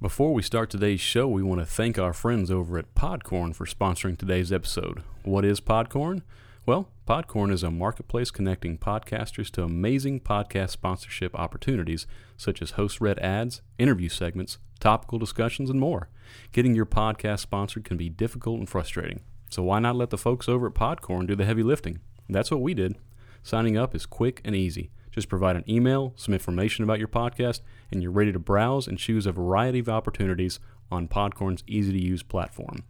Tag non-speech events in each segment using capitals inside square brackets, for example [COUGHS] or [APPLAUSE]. Before we start today's show, we want to thank our friends over at Podcorn for sponsoring today's episode. What is Podcorn? Well, Podcorn is a marketplace connecting podcasters to amazing podcast sponsorship opportunities such as host read ads, interview segments, topical discussions, and more. Getting your podcast sponsored can be difficult and frustrating. So why not let the folks over at Podcorn do the heavy lifting? That's what we did. Signing up is quick and easy. Just provide an email, some information about your podcast, and you're ready to browse and choose a variety of opportunities on Podcorn's easy to use platform.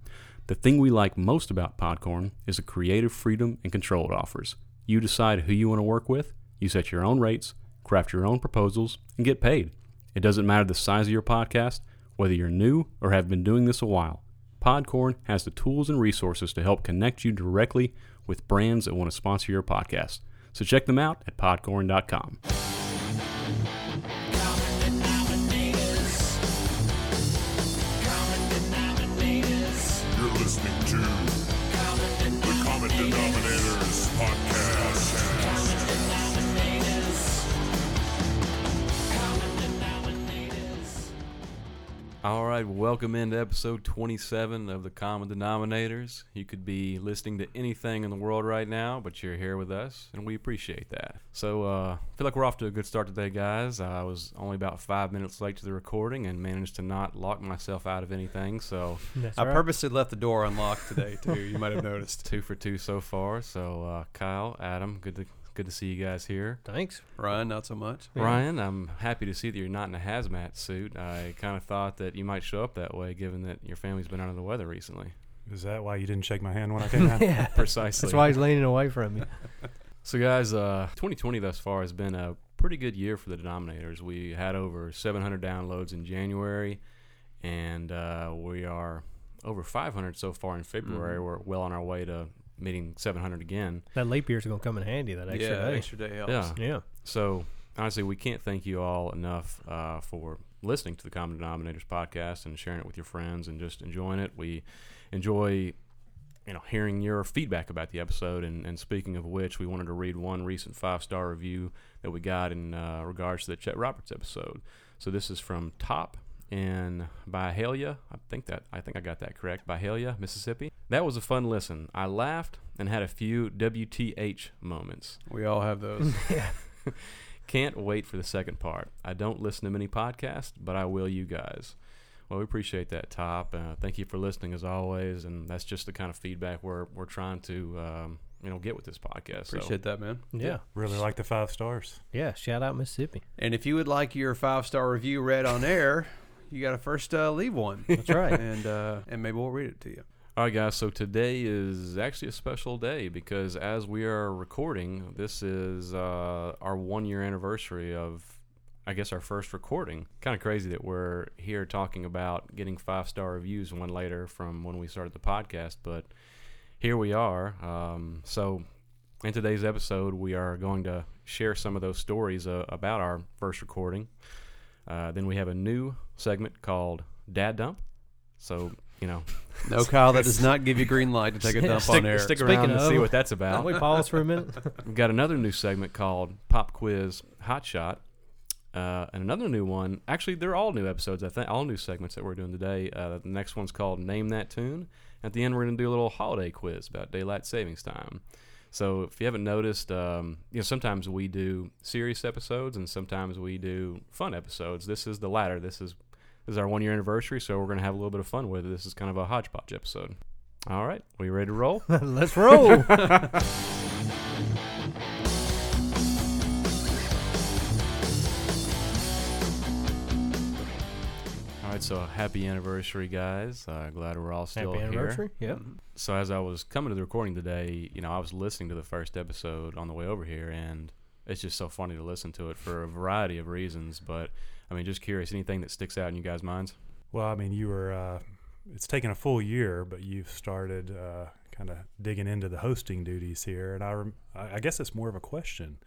The thing we like most about Podcorn is the creative freedom and control it offers. You decide who you want to work with, you set your own rates, craft your own proposals, and get paid. It doesn't matter the size of your podcast, whether you're new or have been doing this a while. Podcorn has the tools and resources to help connect you directly with brands that want to sponsor your podcast. So check them out at podcorn.com. You're listening to the Common Denominators podcast. All right, welcome into episode 27 of the Common Denominators. You could be listening to anything in the world right now, but you're here with us, and we appreciate that. So, uh, I feel like we're off to a good start today, guys. I was only about five minutes late to the recording and managed to not lock myself out of anything, so I purposely left the door unlocked today too. You might have noticed. [LAUGHS] two for two so far. So, uh, Kyle, Adam, good to good to see you guys here. Thanks. Ryan, not so much. Ryan, I'm happy to see that you're not in a hazmat suit. I kind of thought that you might show up that way, given that your family's been out of the weather recently. Is that why you didn't shake my hand when I came out? [LAUGHS] Yeah. Precisely. That's why he's leaning away from you. So, guys, uh, 2020 thus far has been a pretty good year for the denominators. We had over 700 downloads in January, and uh, we are over 500 so far in February. We're well on our way to meeting 700 again. [LAUGHS] That leap year's gonna come in handy that extra yeah, day. extra day helps. Yeah. Yeah. So, honestly, we can't thank you all enough uh, for listening to the Common Denominators podcast and sharing it with your friends and just enjoying it. We enjoy, you know, hearing your feedback about the episode. And, and speaking of which, we wanted to read one recent five star review that we got in uh, regards to the Chet Roberts episode. So this is from Top in Byhalia. I think that I think I got that correct. Byhalia, Mississippi. That was a fun listen. I laughed and had a few WTH moments. We all [LAUGHS] have those. Can't wait for the second part. I don't listen to many podcasts, but I will you guys. Well, we appreciate that, Top. Uh, thank you for listening as always, and that's just the kind of feedback we're we're trying to um, you know get with this podcast. So, Appreciate that, man. Yeah. Really like the five stars. Yeah. Shout out Mississippi. And if you would like your five star review read on air, you got to first uh, leave one. That's right. and uh, and maybe we'll read it to you. all right, guys. So today is actually a special day because as we are recording, this is uh, our one year anniversary of. I guess our first recording. Kind of crazy that we're here talking about getting five star reviews one later from when we started the podcast, but here we are. Um, so, in today's episode, we are going to share some of those stories uh, about our first recording. Uh, then we have a new segment called Dad Dump. So, you know, No, Kyle, that does not give you green light to take a [LAUGHS] [LAUGHS] dump stick, on air. stick Speaking around and of- see what that's Can about. we pause for a minute? [LAUGHS] We've got another new segment called Pop Quiz Hot Shot. Uh, and another new one. Actually, they're all new episodes, I think, all new segments that we're doing today. Uh, the next one's called Name That Tune. At the end, we're going to do a little holiday quiz about daylight savings time. So if you haven't noticed, um, you know, sometimes we do serious episodes and sometimes we do fun episodes. This is the latter. This is this is our one year anniversary, so we're going to have a little bit of fun with it. This is kind of a hodgepodge episode. All right, we ready to roll? Let's roll. All right, so happy anniversary, guys. Uh, glad we're all still Happy here. anniversary. Yep. So as I was coming to the recording today, you know, I was listening to the first episode on the way over here, and it's just so funny to listen to it for a variety of reasons. But I mean, just curious, anything that sticks out in you guys' minds? Well, I mean, you were. Uh, it's taken a full year, but you've started uh, kind of digging into the hosting duties here, and I, rem- I I guess it's more of a question.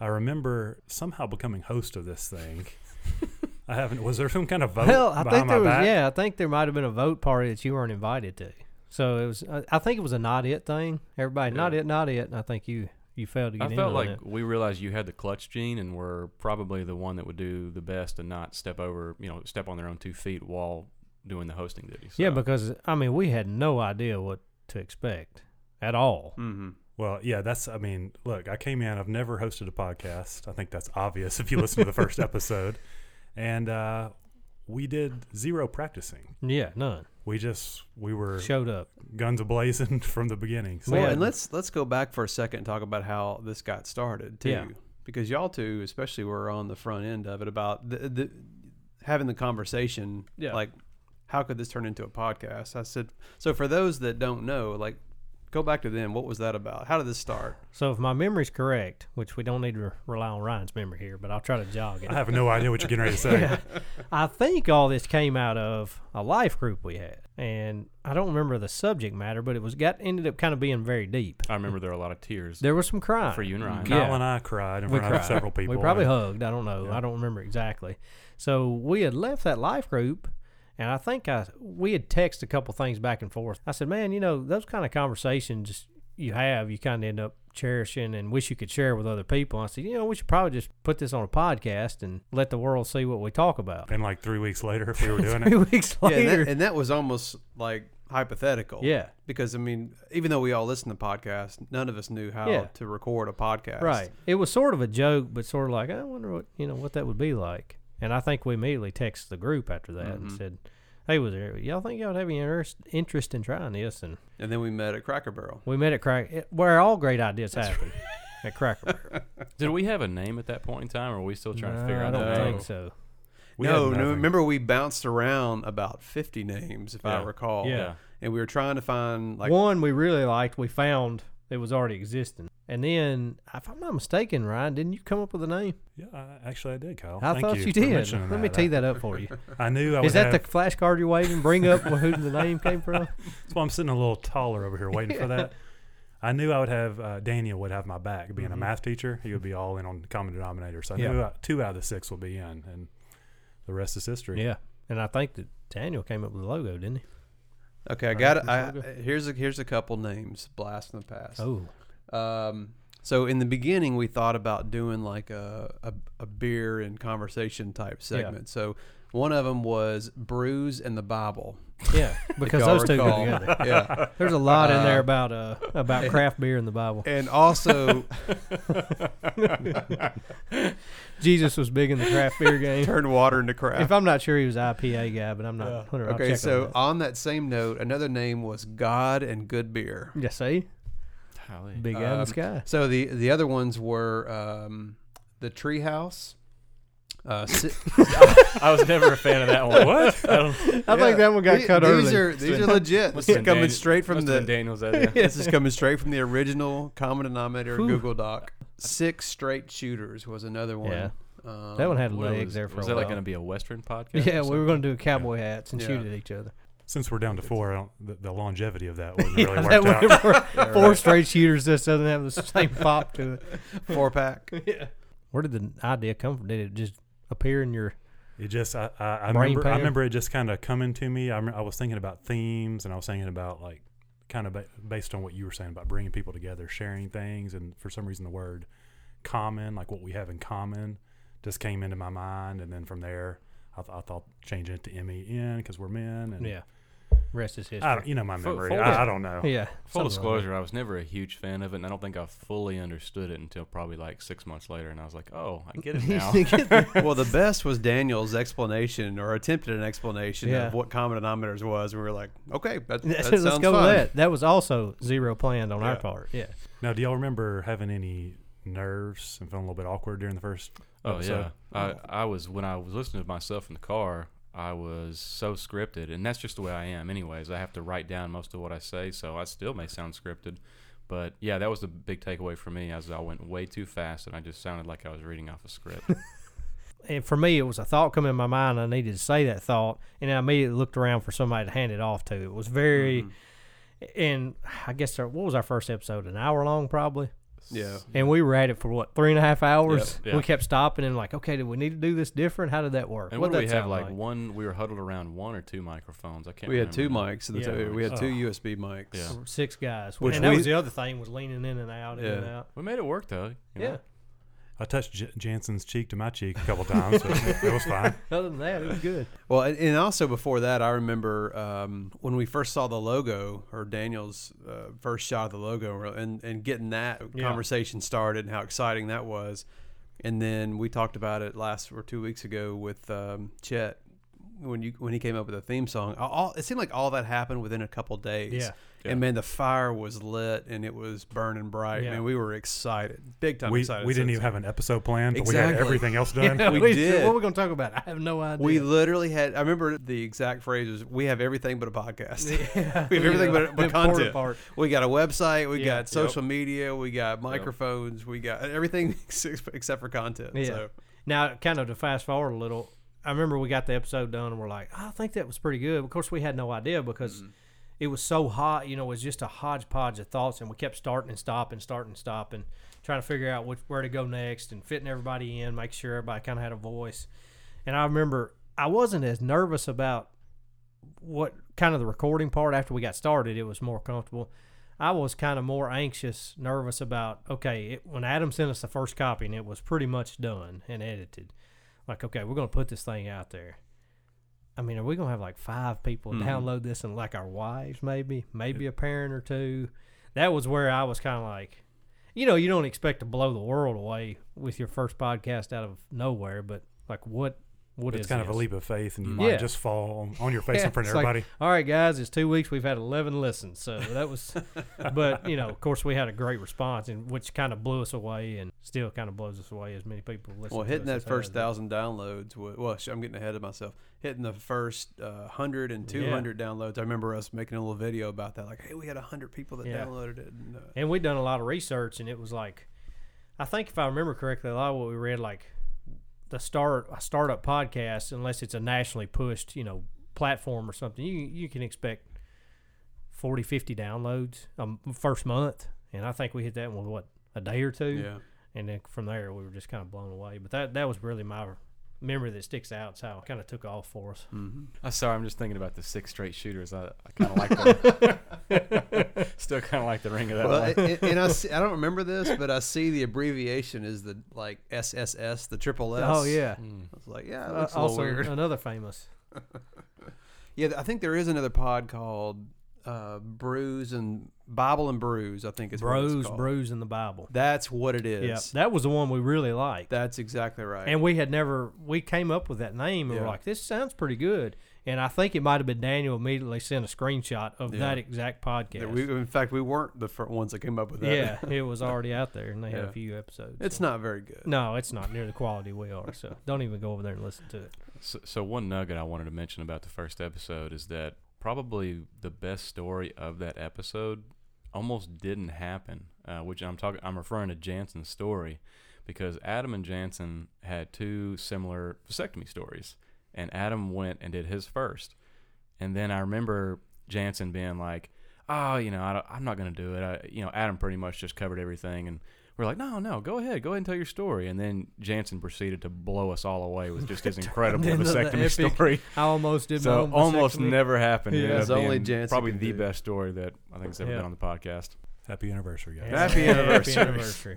I remember somehow becoming host of this [LAUGHS] thing. I haven't. Was there some kind of vote Hell, I behind think my there was. back? Yeah, I think there might have been a vote party that you uh, weren't invited to. So it was. I, I think it was a not it thing. Everybody, not it, not it. And I think you you failed to get I in felt on like it. we realized you had the clutch gene and were probably the one that would do the best and not step over, you know, step on their own two feet while doing the hosting duty. Yeah, So, because I mean, we had no idea what to expect at all. Mm-hmm. Well, yeah, that's, I mean, look, I came in, I've never hosted a podcast. I think that's obvious if you listen to the [LAUGHS] first episode. And uh, we did zero practicing. Yeah, none We just, we were showed up. guns ablazing [LAUGHS] from the beginning. So, Yeah. Well, and let's let's go back for a second and talk about how this got started too, Yeah. because y'all two, especially, were on the front end of it about the, the having the conversation, Yeah. like how could this turn into a podcast? I said, so for those that don't know, like go back to them. What was that about? How did this start? So if my memory's correct, which we don't need to re- rely on Ryan's memory here, but I'll try to jog it. I have no idea what you're getting ready to [LAUGHS] say. I think all this came out of a life group we had, and I don't remember the subject matter, but it was got ended up kind of being very deep. I remember there were a lot of tears There was some crying for you and Ryan. Yeah. Kyle and I cried in front of several people. We probably and hugged. I don't know. I don't remember exactly. So we had left that life group, and I think I we had texted a couple things back and forth. I said, "Man, you know those kind of conversations you have, you kind of end up cherishing and wish you could share with other people." I said, "You know, we should probably just put this on a podcast and let the world see what we talk about." and like three weeks later, if we [LAUGHS] were doing Three it, weeks Yeah, later, and that, and that was almost like hypothetical. Yeah. because I mean, even though we all listen to podcasts, none of us knew how Yeah. to record a podcast. Right. It was sort of a joke, but sort of like, I wonder what you know what that would be like. And I think we immediately texted the group after that and said, "Hey, was there y'all think y'all would have any interest, interest in trying this?" And And then we met at Cracker Barrel. we met at Crack, it- where all great ideas happen at Cracker Barrel. Did we have a name at that point in time, or are we still trying to No, figure I out don't the name? think so. we had no, no. nothing. Remember, we bounced around about fifty names, if I Yeah. recall. Yeah. and we were trying to find like One we really liked, we found it was already existing. And then, if I'm not mistaken, Ryan, didn't you come up with a name? Yeah, I- actually, I did, Kyle. I Thank thought you, you, for did. mentioning Let me that. tee that up for you. I knew I was. Is that the flashcard you're waving? Bring up who the [LAUGHS] name came from. [LAUGHS] That's why I'm sitting a little taller over here waiting [LAUGHS] for that. I knew I would have uh, Daniel would have my back. Mm-hmm. Being a math teacher, he would be all in on common denominators. So I knew uh, two out of the six would be in, and the rest is history. Yeah. And I think that Daniel came up with the logo, didn't he? okay i got it I, here's a here's a couple names blast from the past Oh, um so in the beginning we thought about doing like a a, a beer and conversation type segment so one of them was brews and the bible [LAUGHS] yeah, if because y'all those two go recall. together. [LAUGHS] yeah There's a lot in there about uh [LAUGHS] about craft beer in the Bible. and also Jesus was big in the craft [LAUGHS] beer game. turn water into If craft I'm not sure he was IPA guy, but I'm not. hundred- I'll check okay on so that. on that same note another name was god and good beer yeah, see, Golly. big guy in Um, the [LAUGHS] sky. So the the other ones were um, the treehouse. [LAUGHS] Uh, si- I was never a fan of that one. what? I don't, I think that one got The- cut these early. Are, these are legit. This Must've is been coming Dan- straight from must've been [LAUGHS] the. Daniel's idea. [LAUGHS] This is coming straight from the original common denominator Whew. Google Doc. Six straight shooters was another one. Yeah. Um, that one had What legs was, there for was a that while. like going to be a Western podcast? [LAUGHS] yeah, or we were going to do cowboy hats and Yeah. shoot at each other. Since we're down to four, I don't, the, the longevity of that wasn't really [LAUGHS] Yeah, worked that out. we [LAUGHS] were- four straight shooters that doesn't have the same pop to it. four pack. [LAUGHS] Where did the idea come from? Did it just appear in your? It just, I, I, I Brain remember, I power. remember it just kind of coming to me. I, rem- I was thinking about themes, and I was thinking about like kind of ba- based on what you were saying about bringing people together, sharing things, and for some reason the word common, like what we have in common, just came into my mind, and then from there, I, th- I thought change it to M E N because we're men, and Yeah, rest is history. I don't, you know my Full- memory. full I, dis- I don't know. yeah, Full something like [LAUGHS] disclosure, I was never a huge fan of it, and I don't think I fully understood it until probably like six months later, and I was like, "Oh, I [LAUGHS] get it now." well, the best was Daniel's explanation or attempted an explanation Yeah. of what common denominators was. We were like, okay, [LAUGHS] that, that Let's sounds go fun. with that. That was also zero planned on our Yeah. part. Yeah. Now, do y'all remember having any nerves and feeling a little bit awkward during the first? oh yeah, episode? I, I was when I was listening to myself in the car, I was so scripted, and that's just the way I am. Anyways, I have to write down most of what I say, so I still may sound scripted, but yeah, that was the big takeaway for me as I went way too fast, and I just sounded like I was reading off a script. And for me, it was a thought come in my mind. I needed to say that thought, and I immediately looked around for somebody to hand it off to. Mm-hmm. It was very, and I guess our, what was our first episode? An hour long, probably. Yeah. And we were at it for what three and a half hours. Yep. Yeah. We kept stopping and like, okay, do we need to do this different? How did that work? And what What'd did we that have? sound Like, one, we were huddled around one or two microphones. I can't. We had two remember now. mics. At the Yeah. yeah, we had two Oh. USB mics. Yeah. six guys. Which and that we- was the other thing was leaning in and out, in and Yeah. out. We made it work though. you know? Yeah. I touched J- Jansen's cheek to my cheek a couple times, so it was fine. Other than that, it was [LAUGHS] good. Well, and, and also before that, I remember um, when we first saw the logo or Daniel's uh, first shot of the logo and, and getting that Yeah. conversation started and how exciting that was. And then we talked about it last or two weeks ago with um, Chet when you when he came up with the theme song. All- All, it seemed like all that happened within a couple days. Yeah. Yeah. And man, the fire was lit and it was burning bright. Yeah. Man, we were excited, big time we, excited. we didn't So- even have an episode planned, but we Exactly. had everything [LAUGHS] else done. Yeah, We said, did. uh, What are we going to talk about? I have no idea. We literally had. I remember the exact phrase was, "We have everything but a podcast. Yeah. [LAUGHS] we have everything Yeah. but, [LAUGHS] but The important content. part. We got a website. We Yeah. got social media. We got microphones. We got everything [LAUGHS] ex- except for content. Yeah. So Now, kind of to fast forward a little, I remember we got the episode done and we're like, "Oh, I think that was pretty good. Of course, we had no idea because Mm-hmm. it was so hot. You know, it was just a hodgepodge of thoughts, and we kept starting and stopping, starting and stopping, trying to figure out which, where to go next and fitting everybody in, make sure everybody kind of had a voice. And I remember I wasn't as nervous about what kind of the recording part after we got started. It was more comfortable. I was kind of more anxious, nervous about okay. It, when Adam sent us the first copy, and it was pretty much done and edited. Like, okay, we're gonna put this thing out there. I mean, are we gonna have like five people Mm-hmm. download this and like our wives, maybe, maybe a parent or two? That was where I was kind of like, you know, you don't expect to blow the world away with your first podcast out of nowhere, but like, what, what is it's kind of this? a leap of faith, and you Yeah. might just fall on, on your face Yeah, in front of it's like, everybody. All right, guys, it's two weeks. We've had 11 listens. So that was, [LAUGHS] but, you know, of course, we had a great response, and which kind of blew us away and still kind of blows us away as many people listen well, to hitting us that as first has. thousand downloads. Was, well, sh- I'm getting ahead of myself. Hitting the first uh, hundred and Yeah. 200 downloads. I remember us making a little video about that. Like, hey, we got hundred people that Yeah. downloaded it. And, uh, And we'd done a lot of research, and it was like, I think if I remember correctly, a lot of what we read, like the start a startup podcast, unless it's a nationally pushed, you know, platform or something, you you can expect 40, 50 downloads um, first month. And I think we hit that in what a day or two. yeah. and then from there we were just kind of blown away. But that that was really my memory that sticks out. It's how it kind of took off for us. Mm. I'm sorry. I'm just thinking about the six straight shooters. I, I kind of [LAUGHS] like that. Still kind of like the [LAUGHS] ring of that Well, one. it- [LAUGHS] it- and I, see, I don't remember this, but I see the abbreviation is the like SSS, the triple S. Oh yeah, I was like, yeah, that uh, looks mm, a little also weird. another famous. [LAUGHS] Yeah, I think there is another pod called uh, Brews and Bible and Brews. I think is what Bros, it's called. bros in the Bible. That's what it is. Yeah, that was the one we really liked, That's exactly right. and we had never we came up with that name, and we're Yeah. like, this sounds pretty good. And I think it might have been Daniel immediately sent a screenshot of that exact podcast. That we, in fact, we weren't the first ones that came up with that. yeah, it was already out there, and they had a Yeah. few episodes. [LAUGHS] it's not very good. no, it's not near the quality we are, so don't even go over there and listen to [LAUGHS] it. So, so one nugget I wanted to mention about the first episode is that probably the best story of that episode almost didn't happen, uh, which I'm talking. I'm referring to Jansen's story because Adam and Jansen had two similar vasectomy stories, and Adam went and did his first, and then I remember Jansen being like, "Oh, you know, I don't, I'm not going to do it." I, you know, Adam pretty much just covered everything and. We're like, no, no, go ahead, go ahead and tell your story. And then Jansen proceeded to blow us all away with just [LAUGHS] his incredible Then the- the vasectomy epic- story I almost did. my so own almost vasectomy. never happened. Yeah. It ended That's up only being Jansen Probably can the do. best story that I think has ever Yeah. been on the podcast. Happy anniversary, guys. Happy anniversary. anniversary. [LAUGHS]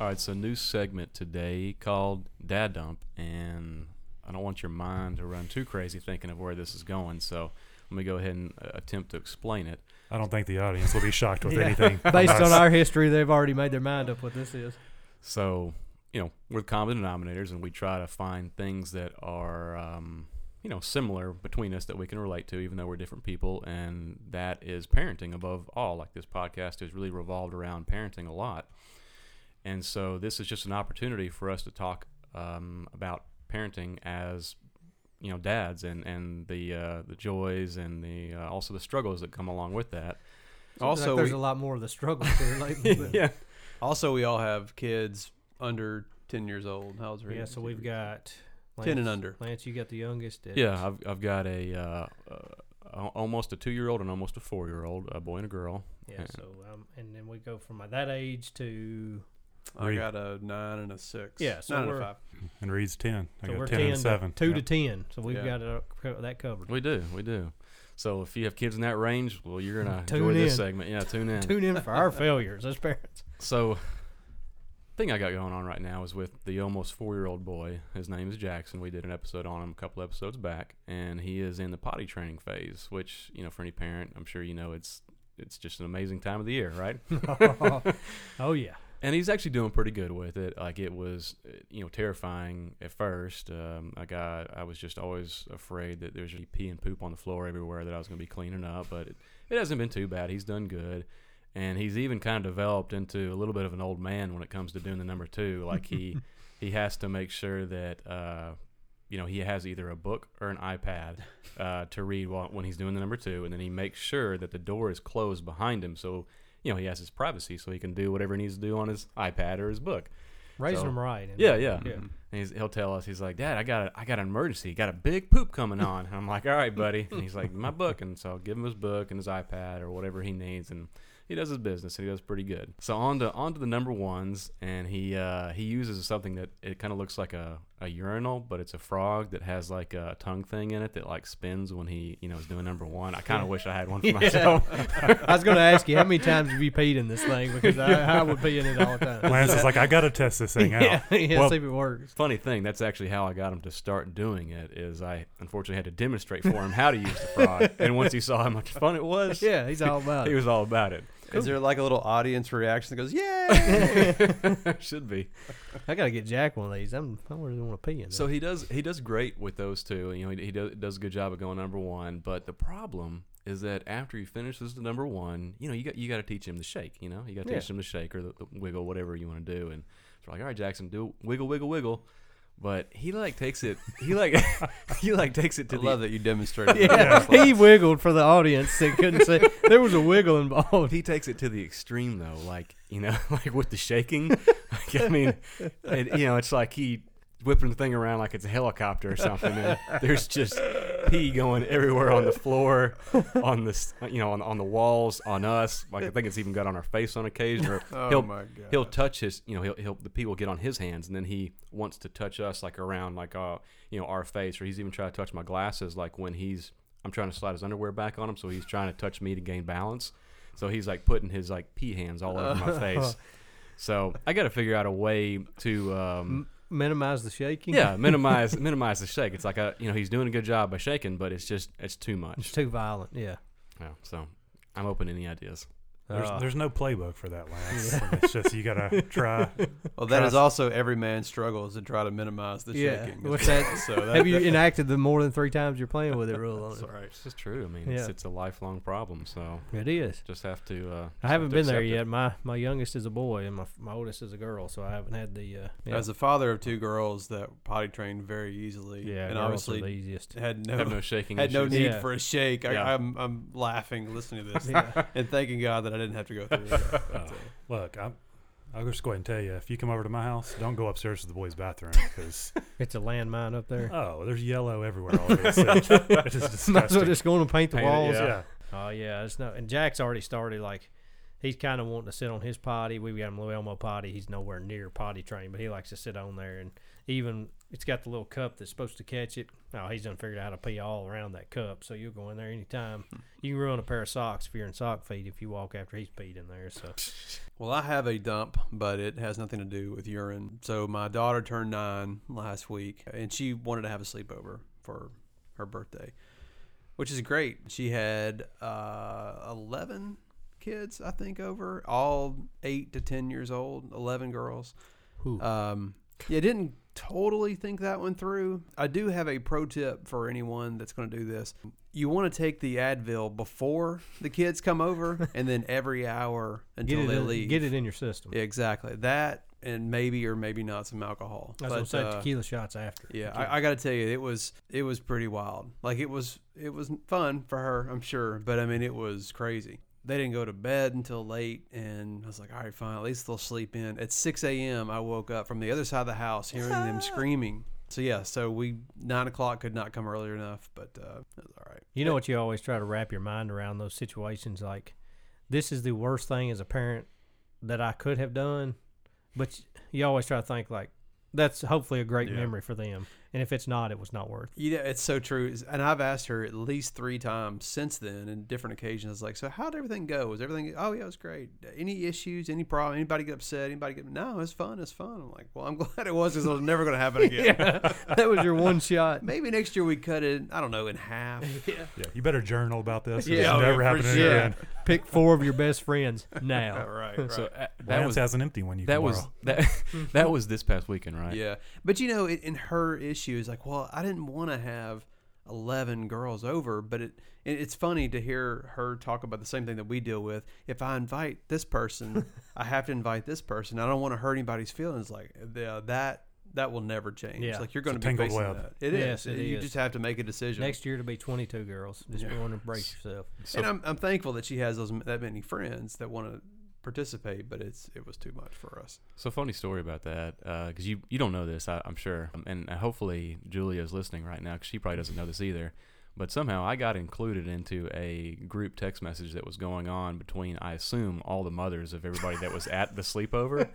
All right, so new segment today called Dad Dump, and I don't want your mind to run too crazy thinking of where this is going. So let me go ahead and uh, attempt to explain it. I don't think the audience will be shocked with Yeah. [LAUGHS] anything. from Based us. on our history, they've already made their mind up what this is. So you know we're common denominators, and we try to find things that are um, you know similar between us that we can relate to, even though we're different people. And that is parenting above all. Like this podcast has really revolved around parenting a lot. And so this is just an opportunity for us to talk um, about parenting as you know dads and and the uh, the joys and the uh, also the struggles that come along with that. Also, there's we, a lot more of the struggle here [LAUGHS] lately. but- yeah. also we all have kids under ten years old. How's yeah, so we've got Lance, Ten and under. Lance, you got the youngest. and- Yeah, I've, I've got a uh, uh, al- almost a two year old and almost a four year old, a boy and a girl. Yeah. So um, and then we go from that age to I Three. got a nine and a six. Yeah, so nine and we're- a five. [LAUGHS] and Reed's ten. I so got we're ten, ten, and seven. two to Yep. ten. So we've Yeah. got it, uh, co- that covered. We do, we do. So if you have kids in that range, well, you're gonna Tune enjoy this in. segment. Yeah, tune in. Tune in for our failures as parents. So, thing I got going on right now is with the almost four year old boy. His name is Jackson. We did an episode on him a couple episodes back, and he is in the potty training phase. Which you know, for any parent, I'm sure you know it's it's just an amazing time of the year, right? [LAUGHS] [LAUGHS] Oh yeah. and he's actually doing pretty good with it. Like it was, uh, you know, terrifying at first. Um, I got, I was just always afraid that there's pee and poop on the floor everywhere that I was going to be cleaning up. But it, it hasn't been too bad. He's done good, and he's even kind of developed into a little bit of an old man when it comes to doing the number two. Like he, he has to make sure that, uh, you know, he has either a book or an iPad uh, to read while, when he's doing the number two, and then he makes sure that the door is closed behind him so you know he has his privacy so he can do whatever he needs to do on his iPad or his book. Raising So- them right. and- Yeah, yeah. Yeah. And he's, he'll tell us he's like, "Dad, I got a, I got an emergency. Got a big poop coming on." And I'm like, "All right, buddy." And he's like, "My book." And so I'll give him his book and his iPad or whatever he needs and he does his business and he does pretty good. So on to on to the number ones, and he uh, he uses something that it kind of looks like a, a urinal, but it's a frog that has like a tongue thing in it that like spins when he you know is doing number one. I kind of wish I had [LAUGHS] one for myself. I was going to ask you how many times have you peed in this thing because I, I would pee in it all the time. Lance is like, I got to test this [LAUGHS] thing out. yeah, yeah Well, see if [LAUGHS] it works. Funny thing, that's actually how I got him to start doing it. Is I unfortunately had to demonstrate for him how to use the [LAUGHS] frog, and once he saw how much fun it was, Yeah, he's all [LAUGHS] about he it. was all about it. Is there like a little audience reaction that [LAUGHS] goes, "Yay!" Should be. I got to get Jack one of these. I'm, I really want to pee in. So he does he does great with those two. You know, he, he does, does a good job of going number one. But the problem is that after he finishes the number one, you know, you got you got to teach him to shake. You know, you got to teach him to shake or the, the wiggle, whatever you want to do. And so we're like, all right, Jackson, do wiggle, wiggle, wiggle. But he like takes it. He like [LAUGHS] he like takes it to I the love that [LAUGHS] you demonstrated. Yeah, that. he wiggled for the audience that couldn't see. There was a wiggle involved. he takes it to the extreme though like you know [LAUGHS] like with the shaking like, i mean it, you know it's like he whipping the thing around like it's a helicopter or something and there's just pee going everywhere on the floor on the s- you know on, on the walls on us like i think it's even got on our face on occasion or Oh he'll, my god. he'll touch his you know he'll, he'll the pee will get on his hands and then he wants to touch us like around like uh you know our face or he's even trying to touch my glasses like when he's i'm trying to slide his underwear back on him so he's trying to touch me to gain balance so he's like putting his like pee hands all over [LAUGHS] my face so i gotta figure out a way to Mm, um Minimize the shaking. [LAUGHS] yeah minimize minimize the shake it's like a you know he's doing a good job by shaking but it's just it's too It's much too violent. Yeah. yeah, so i'm open to any ideas There's, Uh, there's no playbook for that, [LAUGHS] Lance. [LAUGHS] It's just you got to try. Well, that is Trust- also every man's struggle is to try to minimize the Yeah, shaking. what's as well. that- [LAUGHS] So [LAUGHS] that, Have you enacted the more than three times you're playing with it rule on that's all right. this is true i mean it's, Yeah. it's a lifelong problem so it? It is. just have to uh I haven't to been there accept it. yet. My my youngest is a boy and my my oldest is a girl, so I haven't had the. Uh, yeah. As a father of two girls that potty trained very easily, yeah, and girls are the obviously easiest. had I no have no shaking [LAUGHS] had no issues. need Yeah. for a shake. I, Yeah. I'm I'm laughing listening to this Yeah. [LAUGHS] and thanking God that I didn't have to go through it. Uh, look, I'm, I'll just go ahead and tell you if you come over to my house, don't go upstairs to the boys' bathroom [LAUGHS] because, It's a landmine up [LAUGHS] there. oh, there's yellow everywhere. All over [LAUGHS] the sitch. It is Might as well disgusting. just go in and paint the Paint it, walls. yeah. Oh yeah, it's no. And Jack's already started like he's kind of wanting to sit on his potty. We got him Lou Elmo potty. He's nowhere near potty trained, but he likes to sit on there. And even it's got the little cup that's supposed to catch it. Oh, he's done figured out how to pee all around that cup. So you'll go in there anytime. Hmm. You can ruin a pair of socks if you're in sock feet if you walk after he's peed in there. So Well, I have a dump, but it has nothing to do with urine. So my daughter turned nine last week, and she wanted to have a sleepover for her birthday, which is great. She had uh, eleven kids, I think, over all eight to ten years old, eleven girls. Ooh. Um, yeah, didn't totally think that one through. I do have a pro tip for anyone that's going to do this. You want to take the Advil before the kids [LAUGHS] come over, and then every hour get until it they in, leave. get it in your system. Yeah, exactly. That and maybe or maybe not some alcohol. That's what I'm But, saying. uh, tequila shots after. yeah, I, I got to tell you, it was it was pretty wild. Like it was it was fun for her, I'm sure, but I mean it was crazy. They didn't go to bed until late, and I was like, all right, fine, at least they'll sleep in. At 6 a.m., I woke up from the other side of the house hearing them screaming So yeah, so we nine o'clock could not come earlier enough, but uh, it was all right. You know what you always try to wrap your mind around those situations like this is the worst thing as a parent that I could have done, but you always try to think like that's hopefully a great Yeah. memory for them. And if it's not, it was not worth. You know, it's so true. And I've asked her at least three times since then, in different occasions. Like, so how'd everything go? Was everything? Oh yeah, it was great. Any issues? Any problem? Anybody get upset? Anybody get? No, it's fun. It's fun. I'm like, well, I'm [LAUGHS] glad it was because it was never going to happen again. [LAUGHS] [LAUGHS] that was your one shot. Maybe next year we cut it. I don't know, in half. Yeah, you better journal about this. Yeah, Yeah, it's oh, [LAUGHS] yeah, never for happening sure. again. Pick four of your best friends now. [LAUGHS] right, right. So uh, that Lance was has an empty one. You that can was borrow. that [LAUGHS] that was this past weekend, right? Yeah, but you know, it, in her issue is like, well, I didn't want to have eleven girls over, but it, it it's funny to hear her talk about the same thing that we deal with. If I invite this person, I have to invite this person. I don't want to hurt anybody's feelings. Like the, that that will never change. Yeah. Like you're going It's to a be tangled facing web. that. It is. Yes, it you is. just have to make a decision. Next year to be 22 girls. Just Yeah. want to brace [LAUGHS] yourself. and I'm, I'm thankful that she has those that many friends that want to participate, but it's it was too much for us. So funny story about that because you you don't know this, I, I'm sure, um, and hopefully Julia is listening right now because she probably doesn't know this either. But somehow I got included into a group text message that was going on between, I assume, all the mothers of everybody that was at the sleepover.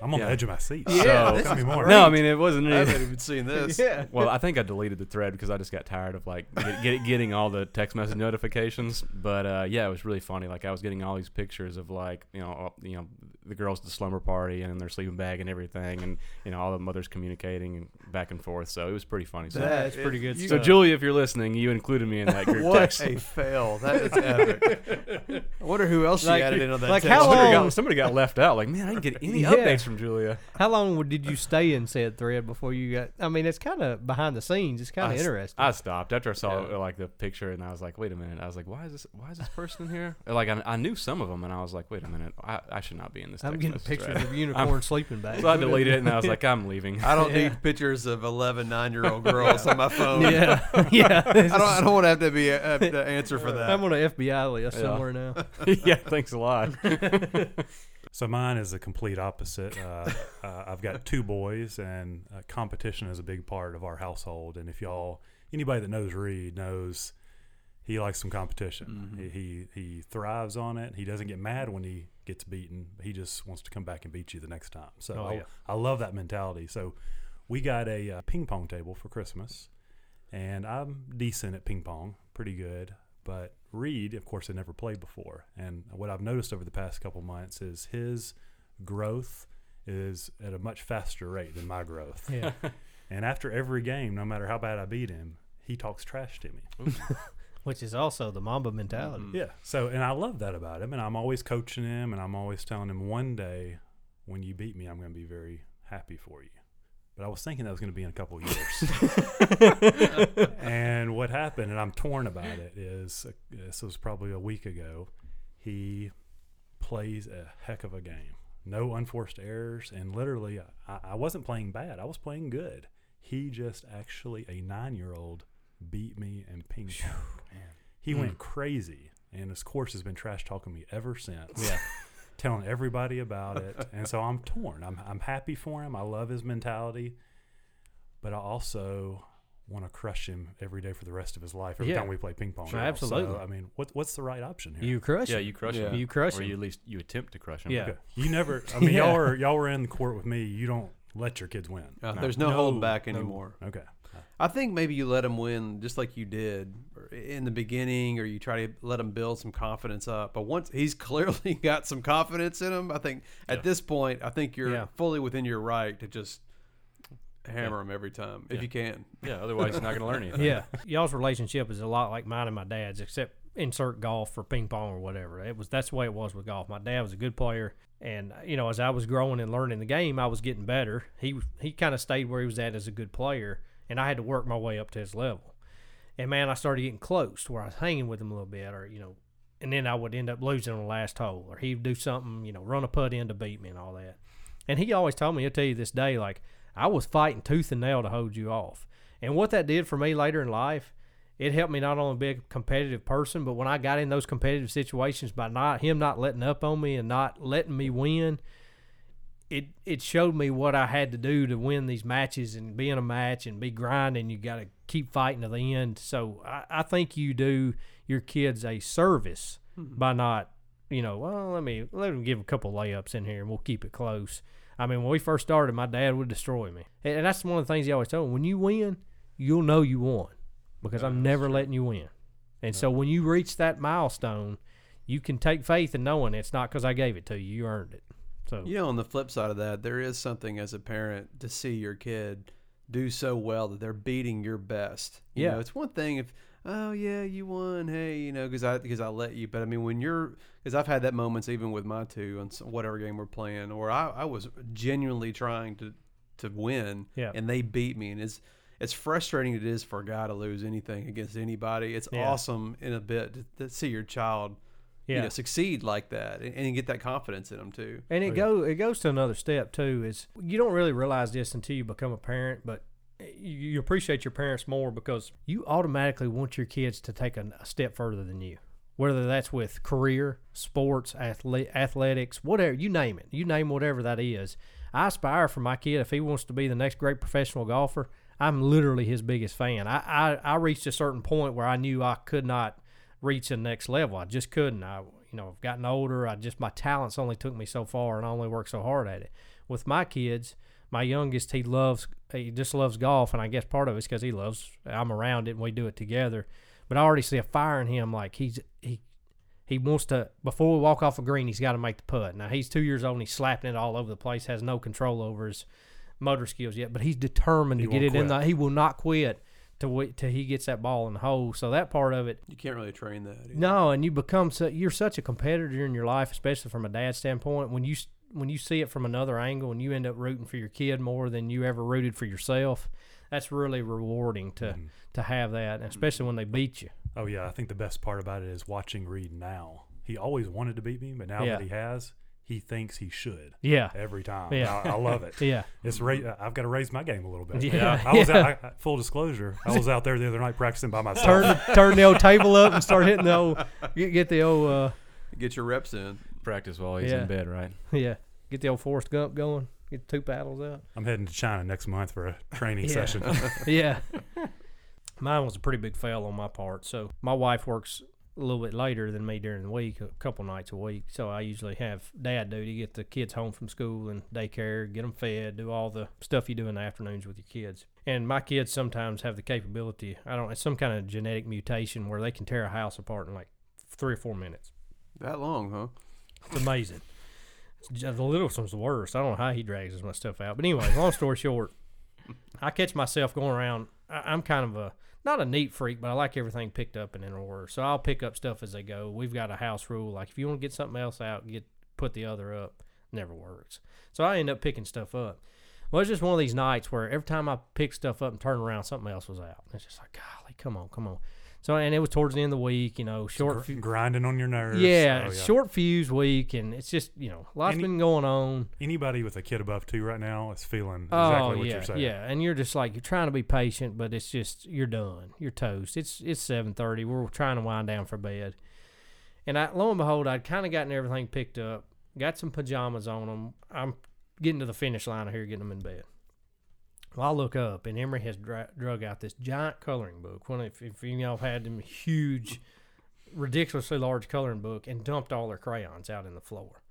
I'm on yeah. the edge of my seat. Yeah, so this tell me is more. No, I mean it wasn't. I any- haven't even seen this. Well, I think I deleted the thread because I just got tired of like get, get, getting all the text message notifications. But uh, yeah, it was really funny. Like I was getting all these pictures of like you know all- you know the girls at the slumber party and in their sleeping bag and everything, and you know all the mothers communicating and back and forth. So it was pretty funny. So, That That's pretty is- good you- so stuff. Julia, if you're listening, you included me in that group [LAUGHS] What text. a fail! That is epic. I wonder who else Like- she added in on that. like text. how Somebody long- got, somebody got left out. Like, man, I didn't get any Yeah. updates from Julia. How long would- did you stay in said thread before you got? I mean, it's kind of behind the scenes. It's kind I of s- interesting. I stopped after I saw Yeah. like the picture, and I was like, "Wait a minute!" I was like, "Why is this? Why is this person in here?" Or, Like I, I knew some of them, and I was like, "Wait a minute! I, I should not be in this." I'm text getting message pictures thread." of unicorn sleeping [LAUGHS] bags. [LAUGHS] so I deleted it, and I was like, "I'm leaving." [LAUGHS] I don't need pictures of 11 9 year old girls on my [LAUGHS] phone. yeah, [LAUGHS] yeah. I don't. I don't want to have to be a, have to answer for that. I'm on an FBI list Yeah. [LAUGHS] somewhere now. yeah, thanks a [LAUGHS] lot. So mine is the complete opposite. Uh, uh, I've got two boys, and uh, competition is a big part of our household. And if y'all, anybody that knows Reed knows he likes some competition. Mm-hmm. He, he he thrives on it. He doesn't get mad when he gets beaten. He just wants to come back and beat you the next time. So Oh, I, yeah. I love that mentality. So we got a uh, ping pong table for Christmas, and I'm decent at ping pong, pretty good. But Reed, of course, had never played before, and what I've noticed over the past couple months is his growth is at a much faster rate than my growth. Yeah, And after every game, no matter how bad I beat him, he talks trash to me. which is also the Mamba Mm-hmm. mentality. Yeah. So, and I love that about him. And I'm always coaching him and I'm always telling him one day when you beat me, I'm going to be very happy for you. But I was thinking that was going to be in a couple of years. and what happened, and I'm torn about it, is uh, this was probably a week ago. He plays a heck of a game. No unforced errors. And literally, I, I wasn't playing bad, I was playing good. He just actually, a nine year old, beat me in ping pong. He Mm. went crazy, and his course has been trash talking me ever since. Yeah, [LAUGHS] telling everybody about it, and so I'm torn. I'm I'm happy for him. I love his mentality, but I also want to crush him every day for the rest of his life. Every Yeah. time we play ping pong, Sure, now. absolutely. So, I mean, what what's the right option here? You crush yeah, it. you crush Yeah. him. You crush or him. you at least you attempt to crush him. Yeah. Okay. you never. [LAUGHS] I mean, Yeah. y'all were y'all were in the court with me. You don't let your kids win. Uh, There's no, hold back anymore. Okay. I think maybe you let them win just like you did or in the beginning, or you try to let them build some confidence up. But once he's [LAUGHS] clearly got some confidence in him, I think at this point, I think you're Yeah. fully within your right to just hammer him every time if you can. yeah. Otherwise, he's not going to learn [LAUGHS] anything. yeah, y'all's relationship is a lot like mine and my dad's, except insert golf or ping pong or whatever. It was that's the way it was with golf. My dad was a good player, and you know, as I was growing and learning the game, I was getting better. He he kind of stayed where he was at as a good player, and I had to work my way up to his level. And man, I started getting close to where I was hanging with him a little bit, or you know, and then I would end up losing on the last hole, or he'd do something, you know, run a putt in to beat me and all that. And he always told me, he'll tell you this day, like I was fighting tooth and nail to hold you off. And what that did for me later in life, it helped me not only be a competitive person, but when I got in those competitive situations by not him not letting up on me and not letting me win, it it showed me what I had to do to win these matches and be in a match and be grinding. You got to keep fighting to the end. So I, I think you do your kids a service by not, you know, well, let me let them give a couple layups in here and we'll keep it close. I mean, when we first started, my dad would destroy me, and, and that's one of the things he always told me: when you win, you'll know you won, because I'm never letting you win. And so when you reach that milestone, you can take faith in knowing it's not because I gave it to you; you earned it. So You know, on the flip side of that, there is something as a parent to see your kid do so well that they're beating your best. You Yeah. know, it's one thing if oh yeah you won hey you know because I because I let you, but I mean when you're because I've had that moments even with my two on s- whatever game we're playing, or I, I was genuinely trying to to win, Yeah. and they beat me, and it's as frustrating as it is for a guy to lose anything against anybody, it's Yeah. awesome in a bit to, to see your child. You Yeah. know, succeed like that and, and get that confidence in them too. And it go it goes to another step too. Is you don't really realize this until you become a parent, but you, you appreciate your parents more because you automatically want your kids to take an, a step further than you. Whether that's with career, sports, athle- athletics, whatever you name it, you name whatever that is. I aspire for my kid if he wants to be the next great professional golfer. I'm literally his biggest fan. I, I, I reached a certain point where I knew I could not reach the next level. I just couldn't. I you know, I've gotten older. I just my talents only took me so far, and I only worked so hard at it. With my kids, my youngest, he loves he just loves golf, and I guess part of it's because he loves. I'm around it, and we do it together. But I already see a fire in him. Like he's he he wants to before we walk off a green, he's got to make the putt. Now he's two years old, and he's slapping it all over the place. Has no control over his motor skills yet, but he's determined to get it in. The, he will not quit till we, till he gets that ball in the hole. So that part of it, You can't really train that. either. no, and you become so you're such a competitor in your life, especially from a dad's standpoint. When you s- when you see it from another angle, and you end up rooting for your kid more than you ever rooted for yourself, that's really rewarding to to have that, and especially when they beat you. Oh yeah, I think the best part about it is watching Reed now. He always wanted to beat me, but now Yeah. that he has, he thinks he should Yeah, every time. Yeah. I, I love [LAUGHS] it. yeah, It's ra- I've got to raise my game a little bit. Yeah. I, I was out, I, full disclosure. I was out there the other night practicing by myself. turn the- turn the old table up and start hitting the old get, get the old uh, Get your reps in. Practice while he's Yeah. in bed, right? yeah get the old Forrest Gump going. Get the two paddles out. I'm heading to China next month for a training Yeah. session. yeah. Mine was a pretty big fail on my part. So my wife works a little bit later than me during the week, a couple nights a week. So I usually have dad duty, get the kids home from school and daycare, get them fed, do all the stuff you do in the afternoons with your kids. And my kids sometimes have the capability, I don't, it's some kind of genetic mutation where they can tear a house apart in like three or four minutes. That long, huh? It's amazing. J- The little one's the worst. I don't know how he drags as much stuff out. But anyway, long story short, I catch myself going around. I, I'm kind of a not a neat freak, but I like everything picked up and in order. So I'll pick up stuff as they go. We've got a house rule like if you want to get something else out, get put the other up. Never works. So I end up picking stuff up. Well, it's just one of these nights where every time I picked stuff up and turned around, something else was out. It's just like, golly, come on, come on. So and it was towards the end of the week, you know, short. Gr- few- grinding on your nerves. yeah, Oh, short fuse week, and it's just you know, lots Any- been going on. Anybody with a kid above two right now is feeling oh exactly what yeah, you're saying. yeah, and you're just like you're trying to be patient, but it's just you're done, you're toast. It's it's seven thirty. We're trying to wind down for bed, and I, lo and behold, I'd kind of gotten everything picked up, got some pajamas on them. I'm getting to the finish line here, getting them in bed. Well, I look up, and Emery has dra- drug out this giant coloring book. One, if, if you all had them huge, ridiculously large coloring book, and dumped all their crayons out in the floor.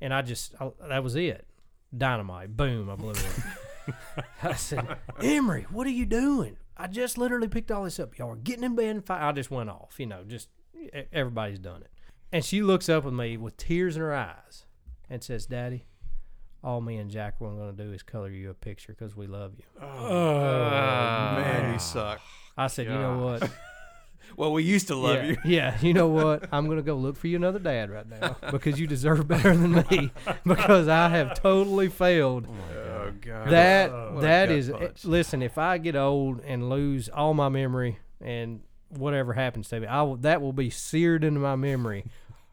And I just I, that was it. Dynamite, boom! I blew it. I said, Emery, what are you doing? I just literally picked all this up. Y'all are getting in bed and fight. I just went off. You know, just e- everybody's done it. And she looks up at me with tears in her eyes and says, Daddy, all me and Jack were going to do is color you a picture because we love you. Oh, Man, you Ah. suck. I said, You know what? Well, we used to love yeah, you. [LAUGHS] Yeah, you know what? I'm gonna go look for you another dad right now because you deserve better than me because I have totally failed. Oh god. that what a that gut is eh, punch. listen. If I get old and lose all my memory and whatever happens to me, I will, that will be seared into my [LAUGHS] memory.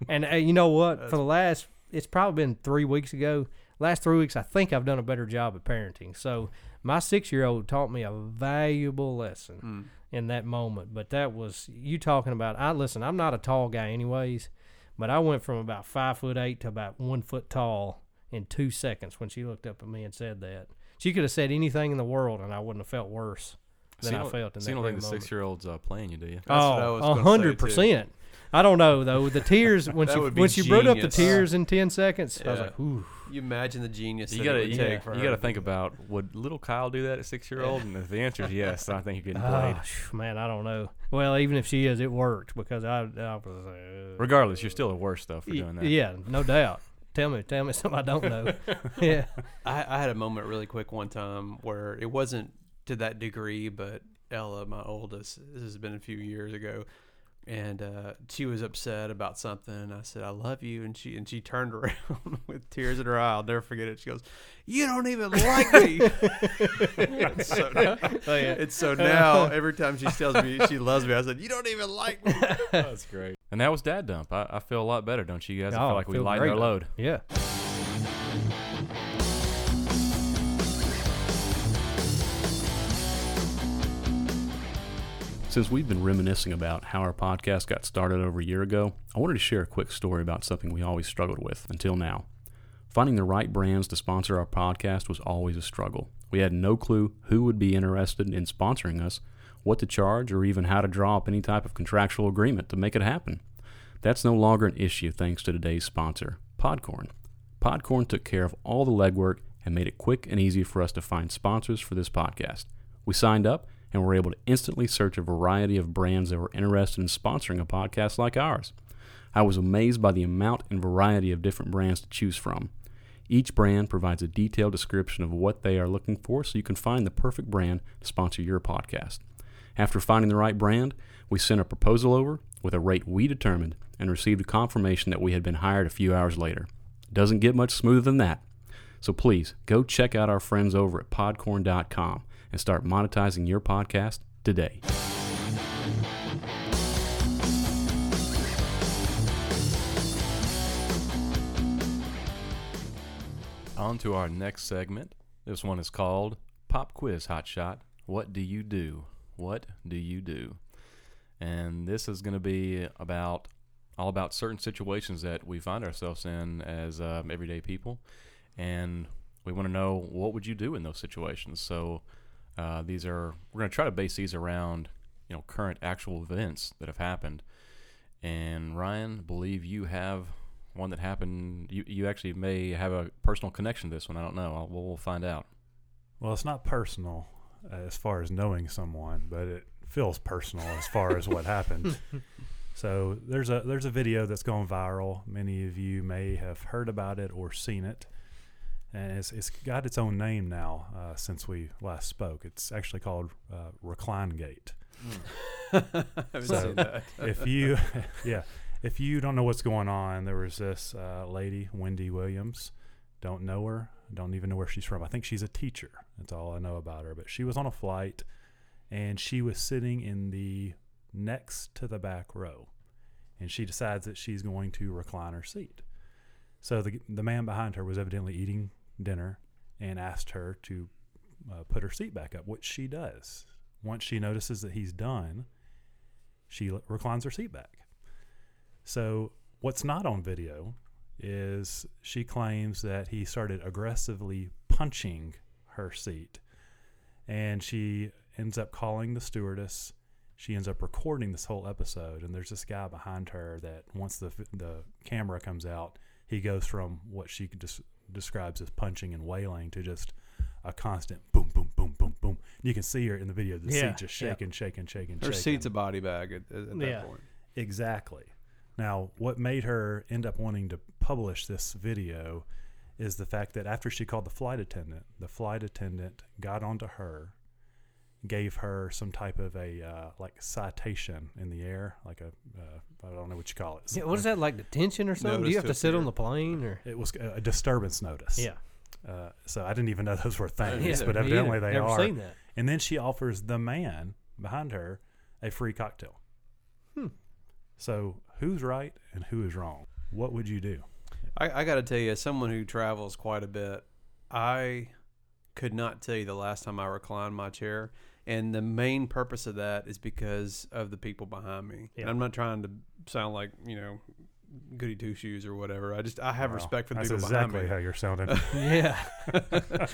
and uh, you know what? For the last, it's probably been three weeks ago. Last three weeks, I think I've done a better job at parenting. So my six year old taught me a valuable lesson Mm. in that moment. But that was you talking about. I listen. I'm not a tall guy, anyways, but I went from about five foot eight to about one foot tall in two seconds when she looked up at me and said that. She could have said anything in the world, and I wouldn't have felt worse than so you I don't- felt in so that you don't very think the moment. six year old's uh, playing you, do you? That's what I oh, was a gonna say, hundred too. percent. I don't know though. The tears when [LAUGHS] That she would be when she brought up the genius. tears in ten seconds, I was Yeah. like, "Ooh, You imagine the genius. You that gotta, it would you, take for you her gotta to think do that. about would little Kyle do that at six year old? And if the answer is yes, I think you're getting played. [LAUGHS] ah, phew, man, I don't know." Well, even if she is, it worked because I, I was like, uh, Regardless, you're still the worst though for y- doing that. Yeah, no doubt. Tell me, tell me [LAUGHS] something I don't know. [LAUGHS] yeah, I, I had a moment really quick one time where it wasn't to that degree, but Ella, my oldest, this has been a few years ago, and uh, she was upset about something. I said, "I love you," and she and she turned [LAUGHS] around with tears in her eye. I'll never forget it. She goes, "You don't even [LAUGHS] like me." [LAUGHS] it's, so, Oh, and [LAUGHS] so now every time she tells [LAUGHS] me she loves me, I said, "You don't even like [LAUGHS] me." That's great. And that was Dad Dump. I, I feel a lot better, don't you guys? I Oh, I feel like we feel lightened our great. load. yeah. Since we've been reminiscing about how our podcast got started over a year ago, I wanted to share a quick story about something we always struggled with until now. Finding the right brands to sponsor our podcast was always a struggle. We had no clue who would be interested in sponsoring us, what to charge, or even how to draw up any type of contractual agreement to make it happen. That's no longer an issue thanks to today's sponsor, Podcorn. Podcorn took care of all the legwork and made it quick and easy for us to find sponsors for this podcast. We signed up and were able to instantly search a variety of brands that were interested in sponsoring a podcast like ours. I was amazed by the amount and variety of different brands to choose from. Each brand provides a detailed description of what they are looking for so you can find the perfect brand to sponsor your podcast. After finding the right brand, we sent a proposal over with a rate we determined and received a confirmation that we had been hired a few hours later. Doesn't get much smoother than that. So please go check out our friends over at podcorn.com and start monetizing your podcast today. On to our next segment. This one is called Pop Quiz Hot Shot. What do you do? What do you do? And this is going to be about all about certain situations that we find ourselves in as um, everyday people, and we want to know what would you do in those situations. So uh, these are we're going to try to base these around you know current actual events that have happened. And Ryan, believe you have one that happened. You, you actually may have a personal connection to this one. I don't know. I'll, we'll, we'll find out. Well, it's not personal uh, as far as knowing someone, but it feels personal as far as what happened. So there's a there's a video that's gone viral. Many of you may have heard about it or seen it, and it's it's got its own name now uh, since we last spoke. It's actually called uh, Recline Gate. Mm. [LAUGHS] So- [LAUGHS] if you yeah if you don't know what's going on there was this uh, lady wendy williams don't know her don't even know where she's from i think she's a teacher that's all i know about her but she was on a flight and she was sitting in the next to the back row and she decides that she's going to recline her seat so the, the man behind her was evidently eating dinner and asked her to uh, put her seat back up which she does once she notices that he's done she l- reclines her seat back. So, what's not on video is she claims that he started aggressively punching her seat. And she ends up calling the stewardess. She ends up recording this whole episode. And there's this guy behind her that once the, f- the camera comes out, he goes from what she des- describes as punching and wailing to just a constant boom, boom, boom, boom, boom. You can see her in the video, the Yeah, seat just yeah. shaking, shaking, shaking, her shaking. seat's a body bag at, at that Yeah. point. Exactly. Now, what made her end up wanting to publish this video is the fact that after she called the flight attendant, the flight attendant got onto her, gave her some type of a uh, like citation in the air, like a uh, I don't know what you call it. Yeah, What is that like detention or something? Do Notice you have to to sit appear. on the plane or? It was a disturbance notice. Yeah, Uh, so I didn't even know those were things, Yeah, but me evidently either. they Never are. seen that. And then she offers the man behind her a free cocktail. Hmm. So who's right and who is wrong? What would you do? I, I got to tell you, as someone who travels quite a bit, I could not tell you the last time I reclined my chair. And the main purpose of that is because of the people behind me. Yeah. And I'm not trying to sound like, you know, goody two shoes or whatever. I just I have Wow, respect for the That's people exactly behind me. how you're [LAUGHS] sounding. Yeah,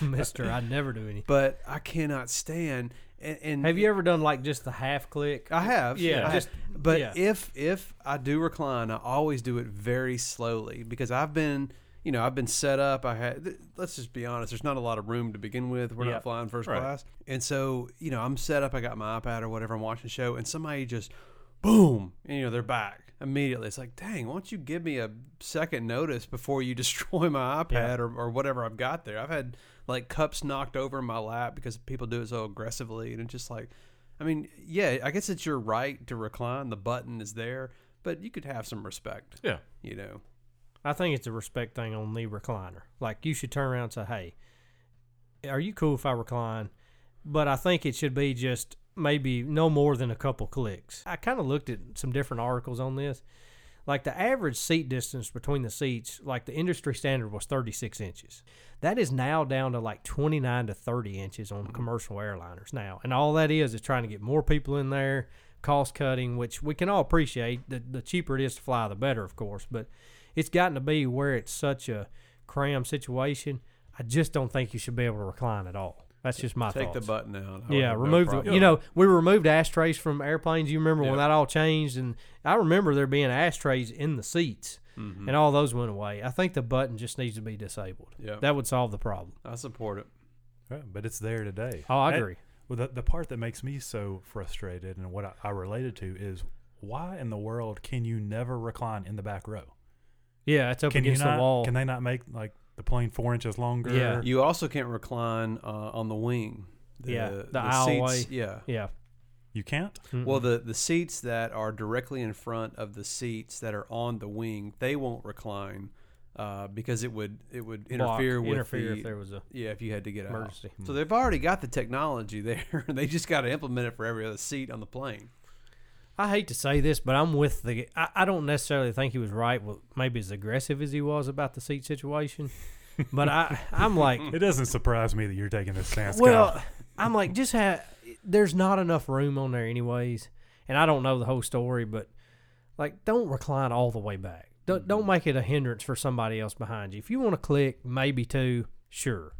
[LAUGHS] Mister, I never do any. But I cannot stand. And, and Have you ever done like just the half click? I have. Yeah, I just- have. but yeah. if if I do recline, I always do it very slowly because I've been, you know, I've been set up. I had. th- Let's just be honest. There's not a lot of room to begin with. We're Yeah. not flying first Right. class, and so you know, I'm set up. I got my iPad or whatever. I'm watching a show, and somebody just, boom, and, you know, they're back immediately. It's like, dang, why don't you give me a second notice before you [LAUGHS] destroy my iPad or or whatever I've got there? I've had like cups knocked over in my lap because people do it so aggressively, and it's just like. I mean, yeah, I guess it's your right to recline. The button is there, but you could have some respect, Yeah. you know. I think it's a respect thing on the recliner. Like you should turn around and say, "Hey, are you cool if I recline?" But I think it should be just maybe no more than a couple clicks. I kind of looked at some different articles on this. Like the average seat distance between the seats, like the industry standard was 36 inches. That is now down to like 29 to 30 inches on Mm-hmm. commercial airliners now. And all that is is trying to get more people in there, cost cutting, which we can all appreciate. The, the cheaper it is to fly, the better, of course. But it's gotten to be where it's such a cram situation. I just don't think you should be able to recline at all. That's just my Take thoughts. the button out. I would Yeah, have no remove the. problem. You know, we removed ashtrays from airplanes. You remember when Yeah. that all changed, and I remember there being ashtrays in the seats, Mm-hmm. and all those went away. I think the button just needs to be disabled. Yeah. that would solve the problem. I support it. Right, but it's there today. Oh, I That- agree. well, the, the part that makes me so frustrated and what I, I related to is why in the world can you never recline in the back row? Yeah, it's up Can you against not? the wall. Can they not make like the plane four inches longer? Yeah. You also can't recline uh, on the wing. Yeah, the Mm-hmm. aisleway. seats, Yeah. yeah. You can't. Well, the the seats that are directly in front of the seats that are on the wing, they won't recline uh, because it would it would Block, interfere with interfere the, if there was a yeah if you had to get Emergency. out. So they've already got the technology [LAUGHS] there. they just got to implement it for every other seat on the plane. I hate to say this, but I'm with the. I, I don't necessarily think he was right. Well, maybe as aggressive as he was about the seat situation, but I I'm like It doesn't surprise me that you're taking this stance. Kyle. Well, I'm like, just have. There's not enough room on there, anyways. And I don't know the whole story, but like, don't recline all the way back. Don't, don't make it a hindrance for somebody else behind you. If you want to click, maybe two, sure.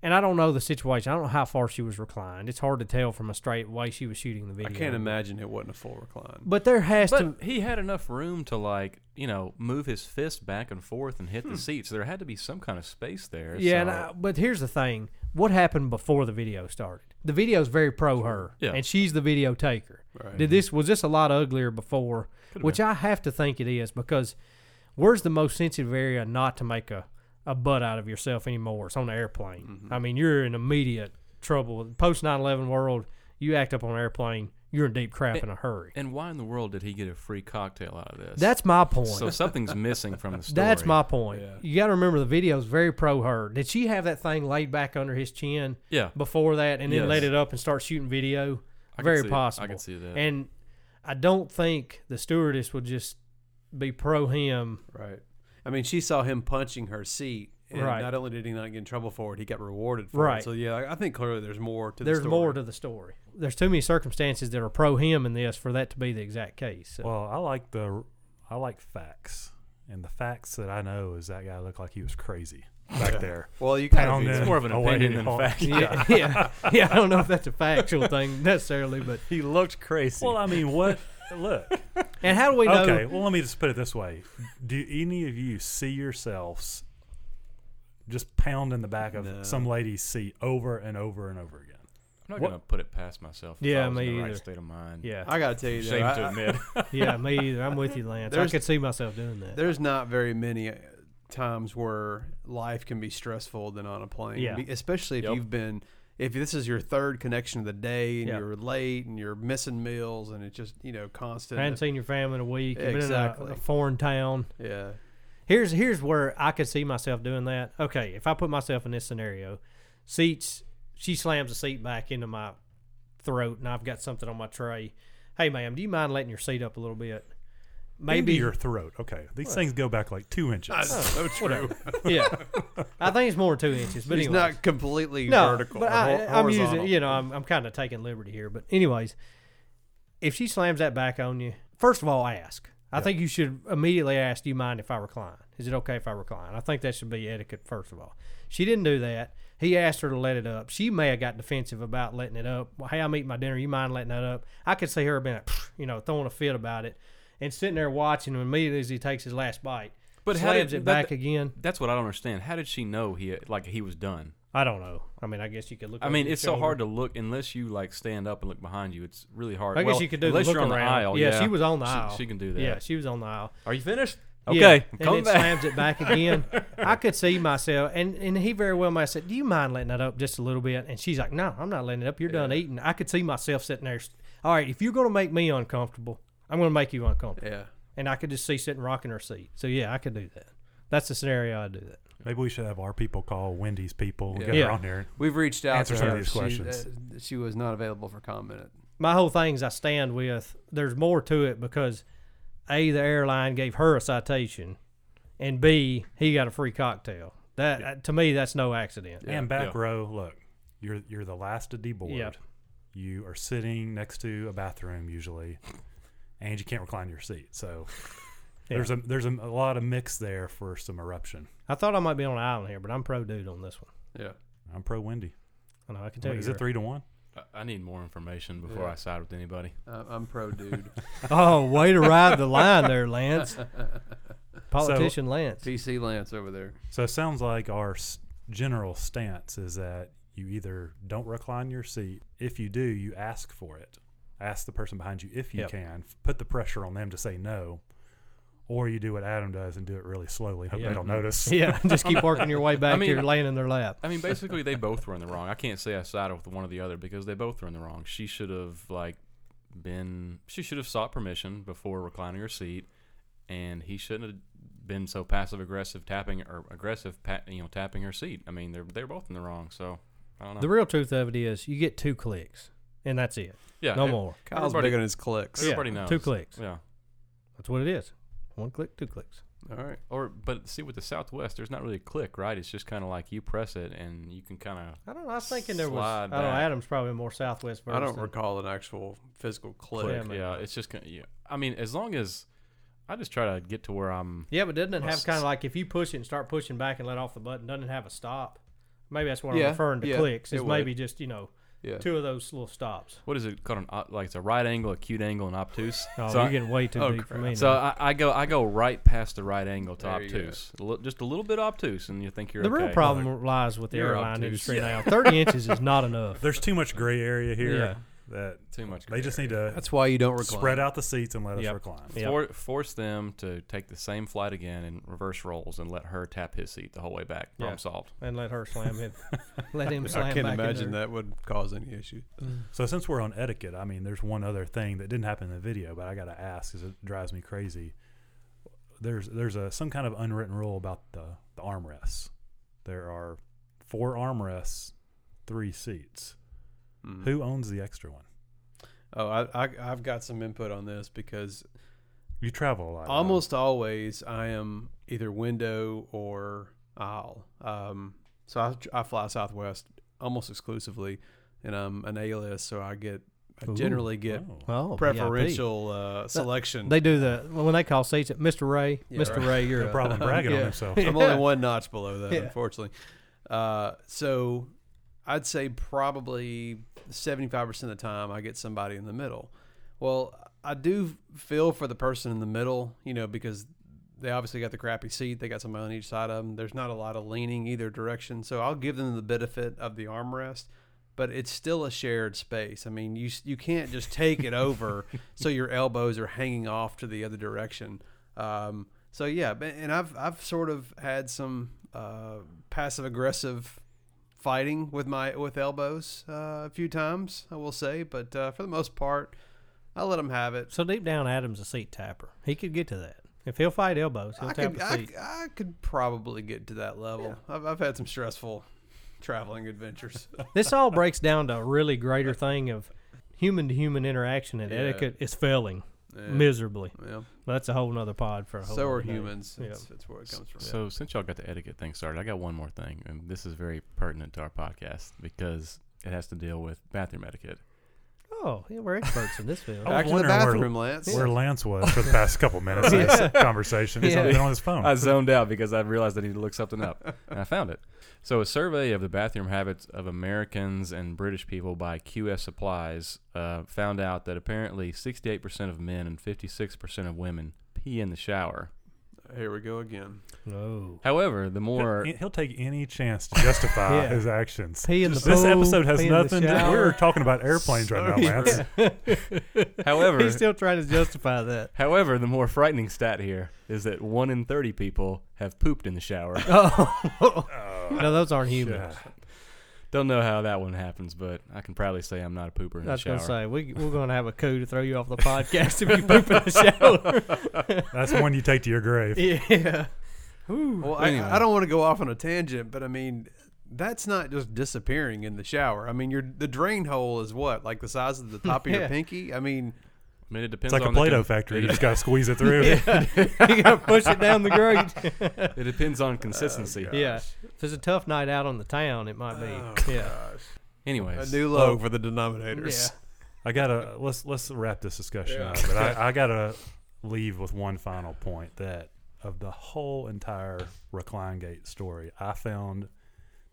And I don't know the situation. I don't know how far she was reclined. It's hard to tell from a straight way she was shooting the I video. can't imagine it wasn't a full recline. But there has to. But he had enough room to like, you know, move his fist back and forth and hit the seats. There had to be some kind of space there. Hmm. Yeah, and so- I, but here's the thing: what happened before the video started? The video's very pro her, Yeah. and she's the video taker. Did this was this a lot uglier before? which I have to think it is because where's the most sensitive area not to make a a butt out of yourself anymore? It's on the airplane. Mm-hmm. I mean, you're in immediate trouble. Post 9/11 world, you act up on an airplane, you're in deep crap in a hurry. and why in the world did he get a free cocktail out of this? That's my point. so something's missing from the story. [LAUGHS] That's my point. You got to remember the video's very pro her. Did she have that thing laid back under his chin? Yeah. Before that, and then Yes. let it up and start shooting video. I can very see it. I possible. can see that. And I don't think the stewardess would just be pro him. Right. I mean, she saw him punching her seat, and Right. not only did he not get in trouble for it, he got rewarded for Right. it. So yeah, I- I think clearly there's more to. There's the story. more to the story. There's too many circumstances that are pro him in this for that to be the exact case. So, Well, I like the I like facts, and the facts that I know is that guy looked like he was crazy back there. Well, you kind Pound of it. it's more of [LAUGHS] an Oh, wait, opinion than hold- fact. [LAUGHS] yeah, yeah, yeah. I don't know if that's a factual thing necessarily, but [LAUGHS] He looked crazy. Well, I mean, [LAUGHS] what? Look, and how do we know? okay. Well, let me just put it this way: Do any of you see yourselves just pounding the back of No. some lady's seat over and over and over again? I'm not What- gonna put it past myself. if Yeah, I was me in the either. Right state of mind. Yeah, I gotta tell you, though, Shame to I, I, [LAUGHS] admit. yeah, me either. I'm with you, Lance. I There's- could see myself doing that. there's not very many uh, times where life can be stressful than on a plane. Yeah. Be- Especially if Yep. you've been, if this is your third connection of the day, and Yeah. you're late, and you're missing meals, and it's just you know constant. uh, I hadn't seen your family in a week. You've been in Exactly. a, a foreign town. yeah. Here's here's where I could see myself doing that. Okay, if I put myself in this scenario, seats. She slams a seat back into my throat, and I've got something on my tray. Hey, ma'am, do you mind letting your seat up a little bit? Maybe Maybe your throat. Okay, these things go back like two inches. So true. yeah. I think it's more than two inches, but He's anyways. not completely no, vertical. But or I, hor- I'm using, horizontal. you know, I'm, I'm kind of taking liberty here. But anyways, if she slams that back on you, first of all, ask. I think you should immediately ask, "Do you mind if I recline? Is it okay if I recline?" I think that should be etiquette first of all. She didn't do that. He asked her to let it up. She may have got defensive about letting it up. Well, hey, I'm eating my dinner. You mind letting that up? I could see her being, like, "Pfft," you know, throwing a fit about it, and sitting there watching him immediately as he takes his last bite. But how slams did- it that- back again. That's what I don't understand. How did she know he like he was done? I don't know. I mean, I guess you could look. I mean, it's so hard to look unless you like stand up and look behind you. It's really hard. I guess Well, you could do unless the look you're on around. the aisle. Yeah, she was on the She- aisle. She, can do that. Yeah, she was on the aisle. Are you finished? Okay, Yeah, I'm and coming then back. slams it [LAUGHS] back again. I could see myself, and, and he very well might have said, "Do you mind letting that up just a little bit?" And she's like, "No, I'm not letting it up. You're done eating." I could see myself sitting there. All right, if you're going to make me uncomfortable, I'm going to make you uncomfortable. Yeah. And I could just see sitting rocking her seat. So yeah, I could do that. That's the scenario I do that. Maybe we should have our people call Wendy's people and get Yeah. her on here. We've reached out Answer to some her. of these She- questions. uh, she was not available for comment. my whole thing is I stand with there's more to it because A, the airline gave her a citation, and B, he got a free cocktail. That uh, to me, that's no accident. And back Yeah. row, look, you're you're the last to deboard. Yeah. You are sitting next to a bathroom usually, and you can't recline your seat. So [LAUGHS] there's a there's a, a lot of mix there for some eruption. I thought I might be on an island here, but I'm pro dude on this one. Yeah. I'm pro Wendy. I know I can tell Is you. it three to one? I- I need more information before I side with anybody. Uh, I'm [LAUGHS] pro dude. Oh, way to ride the line [LAUGHS] there, Lance. Politician Lance. PC Lance over there. So it sounds like our s- general stance is that you either don't recline your seat. If you do, you ask for it. Ask the person behind you if you Yep. can. F- Put the pressure on them to say no. Or you do what Adam does and do it really slowly. Hope Yeah. they don't notice. [LAUGHS] [LAUGHS] Yeah, just keep [LAUGHS] working your way back mean- to your laying in their lap. I mean, basically, [LAUGHS] they both were in the wrong. I can't say I sided with one or the other because they both were in the wrong. She should have like been. She should have sought permission before reclining her seat, and he shouldn't have been so passive aggressive tapping or aggressive, pa- you know, tapping her seat. I mean, they're they're both in the wrong. So I don't know. The real truth of it is, you get two clicks, and that's it. yeah, No it- more. Kyle's Everybody- big on his clicks. Yeah, everybody knows. Two clicks. Yeah. That's what it is. One click, two clicks. All right. Or but see with the Southwest, there's not really a click, right? It's just kind of like you press it and you can kind of I don't know. I was thinking there was. Slide I don't know. back. Adam's probably more Southwest version. I don't recall an actual physical click. Click. click. Yeah, it's just kind of, yeah. I mean, as long as I just try to get to where I'm. Yeah, but doesn't it Well, have kind of like if you push it and start pushing back and let off the button, doesn't it have a stop? Maybe that's what Yeah, I'm referring to yeah, clicks. it Is would. maybe just you know Yeah. two of those little stops. What is it called? An op- like it's a right angle, acute angle, and obtuse. Oh, so you're I, getting way too oh, deep for me. so now. I, I go I go right past the right angle to There you go. obtuse, A li- just a little bit obtuse, and you think you're the okay. real problem lies with the you're airline obtuse. industry now. Thirty inches is not enough. There's too much gray area [LAUGHS] here Yeah. that Too much. they just need to That's why you don't recline. spread out the seats and let Yep. us recline. Yeah. For, force them to take the same flight again and reverse rolls, and let her tap his seat the whole way back. Yeah. Problem solved. and let her slam him. let him slam. I can't back in imagine there. that would cause any issue. So since we're on etiquette, I mean, there's one other thing that didn't happen in the video, but I got to ask because it drives me crazy. There's there's a some kind of unwritten rule about the the armrests. There are four armrests, three seats. Mm. Who owns the extra one? Oh, I, I I've got some input on this because You travel a lot. Adam. almost always I am either window or aisle. Um, so I, I fly Southwest almost exclusively, and I'm an A-list, so I get I Ooh. generally get Oh. Oh, VIP. preferential uh, selection. They do the when they call seats. Mr. Ray, Yeah, Mr. right. Ray, you're No a- problem [LAUGHS] bragging on [LAUGHS] Yeah. himself. I'm only one notch below that, Yeah. unfortunately. Uh, so I'd say probably 75% of the time I get somebody in the middle. Well, I do feel for the person in the middle, you know, because they obviously got the crappy seat. They got somebody on each side of them. There's not a lot of leaning either direction. So I'll give them the benefit of the armrest, but it's still a shared space. I mean, you, you can't just take it over so your elbows are hanging off to the other direction. Um, so yeah, but- and I've I've sort of had some uh, passive aggressive fighting with my with elbows uh, a few times, I will say, but uh, for the most part, I let them have it. So deep down, Adam's a seat tapper. He could get to that if he'll fight elbows. He'll I tap could a I, seat. I could probably get to that level. I've, I've had some stressful traveling adventures. this [LAUGHS] all breaks down to a really greater thing of human to human interaction and Yeah. etiquette is failing miserably. yeah. But that's a whole nother pod for a whole. So nother are day. humans. Yeah. That's, that's where it comes from. So since y'all got the etiquette thing started, I got one more thing, and this is very pertinent to our podcast because it has to deal with bathroom etiquette. Oh, yeah, we're experts in this field. I [LAUGHS] Back was to the wondering where- bathroom, Lance. Where Lance was for the past couple minutes of [LAUGHS] this conversation. He's Yeah. been on his phone. I zoned out because I realized I needed to look something up, [LAUGHS] and I found it. So, a survey of the bathroom habits of Americans and British people by QS Supplies uh, found out that apparently 68% of men and 56% of women pee in the shower. Here we go again. No. However, the [LAUGHS] more He'll- He'll take any chance to justify Yeah. his actions. Pee in the this pool, episode has pee in the nothing to shower. We're talking about airplanes [LAUGHS] right now, Lance. However- he's still trying to [LAUGHS] justify that. However, the more frightening stat here is that one in 30 people have pooped in the shower. Oh, no, those aren't humans. Yeah. Don't know how that one happens, but I can proudly say I'm not a pooper in I the was shower. gonna say we we're gonna have a coup to throw you off the [LAUGHS] podcast if you poop in the shower. That's one you take to your grave. yeah. Well, I, Anyway. I don't want to go off on a tangent, but I mean, that's not just disappearing in the shower. I mean, your the drain hole is what, like the size [LAUGHS] of the top of Yeah. your pinky. I mean, I mean, it It's depends like a on the Play Doh con- factory. It, You just got to squeeze it [LAUGHS] through. you gotta push it down [LAUGHS] the grate. it depends on consistency. Oh, yeah. If it's a tough night out on the town, it might be. yeah. a Anyways, new low for the denominators. I gotta let's let's wrap this discussion up. But I, I gotta leave with one final point that of the whole entire recline gate story, I found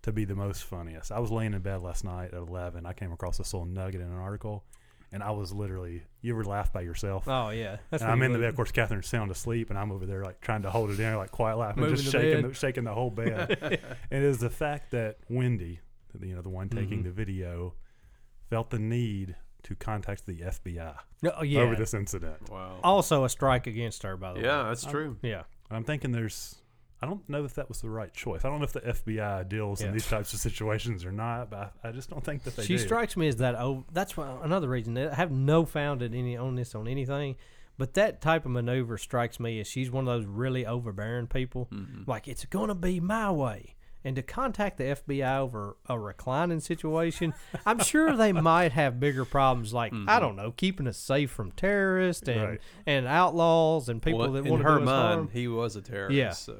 to be the most funniest. I was laying in bed last night at eleven. I came across this little nugget in an article, and I was literally you ever laugh by yourself. Oh yeah. That's and what I'm you in the would- bed. Of course, Catherine's sound asleep, and I'm over there like trying to hold it in, like quiet laugh, and Moving just the shaking, bed. the, shaking the whole [LAUGHS] bed. it is the fact that Wendy, you know, the one Mm-hmm. taking the video, felt the need to contact the FBI Oh, yeah. over this incident. Wow. Also a strike against her, by the Yeah, way. that's true. Yeah. I'm thinking there's, I don't know if that was the right choice. I don't know if the FBI deals Yeah. in these types of situations or not, but I, I just don't think that they. She do. strikes me as that. Oh, that's why, another reason. I have no founded any on this on anything, but that type of maneuver strikes me as she's one of those really overbearing people. Mm-hmm. Like it's gonna be my way, and to contact the FBI over a reclining situation, [LAUGHS] I'm sure they might have bigger problems. Like Mm-hmm. I don't know, keeping us safe from terrorists and Right. and outlaws and people Well, that in want to her do us mind, harm. he was a terrorist. Yeah. So.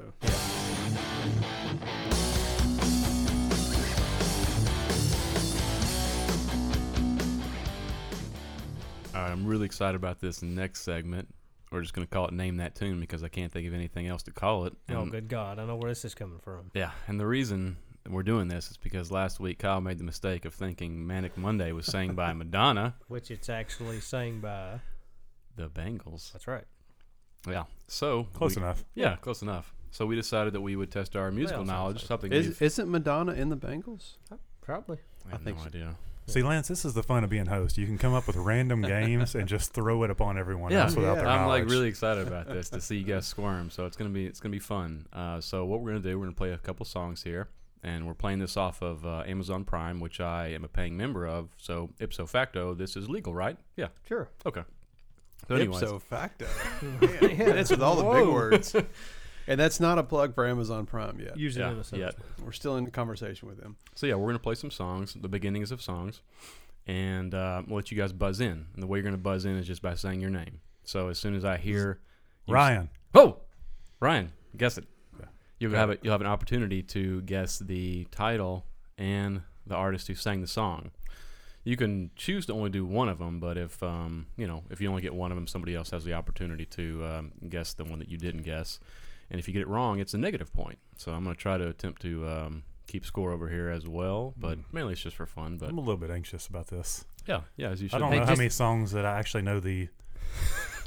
all right, I'm really excited about this next segment. We're just going to call it Name That Tune because I can't think of anything else to call it. Oh, mm. And- good God! I know where this is coming from. Yeah, and the reason that we're doing this is because last week Kyle made the mistake of thinking Manic Monday was [LAUGHS] sang by Madonna, Which it's actually sang by. the Bangles. That's right. Yeah, so Close we- enough. Yeah, close enough. So we decided that we would test our musical sounds knowledge. like it. something Is, we've- isn't Madonna in the Bengals? Probably. I, have I think no so. idea. See, Lance, this is the fun of being host. You can come up with [LAUGHS] random games and just throw it upon everyone else without their I'm knowledge. like really excited about this to see [LAUGHS] you guys squirm. So it's gonna be it's gonna be fun. Uh, so what we're gonna do, we're gonna play a couple songs here, and we're playing this off of uh, Amazon Prime, which I am a paying member of. So ipso facto, this is legal, right? Yeah. Sure. Okay. So anyways, Ipso [LAUGHS] facto. [LAUGHS] Man, That's with all the big words. And that's not a plug for Amazon Prime yet. Usually yeah, in a sentence. yeah. We're still in conversation with them. So yeah, we're gonna play some songs, the beginnings of songs, and uh, I'll let you guys buzz in. And the way you're gonna buzz in is just by saying your name. So as soon as I hear you s- Ryan. Oh, Ryan, guess it. You'll have a, you'll have an opportunity to guess the title and the artist who sang the song. You can choose to only do one of them, but if um, you know if you only get one of them, somebody else has the opportunity to um, guess the one that you didn't guess. And if you get it wrong, it's a negative point. So I'm going to try to attempt to um, keep score over here as well, but mainly it's just for fun. But I'm a little bit anxious about this. yeah, yeah, as you should. I don't be. know how many songs that I actually know the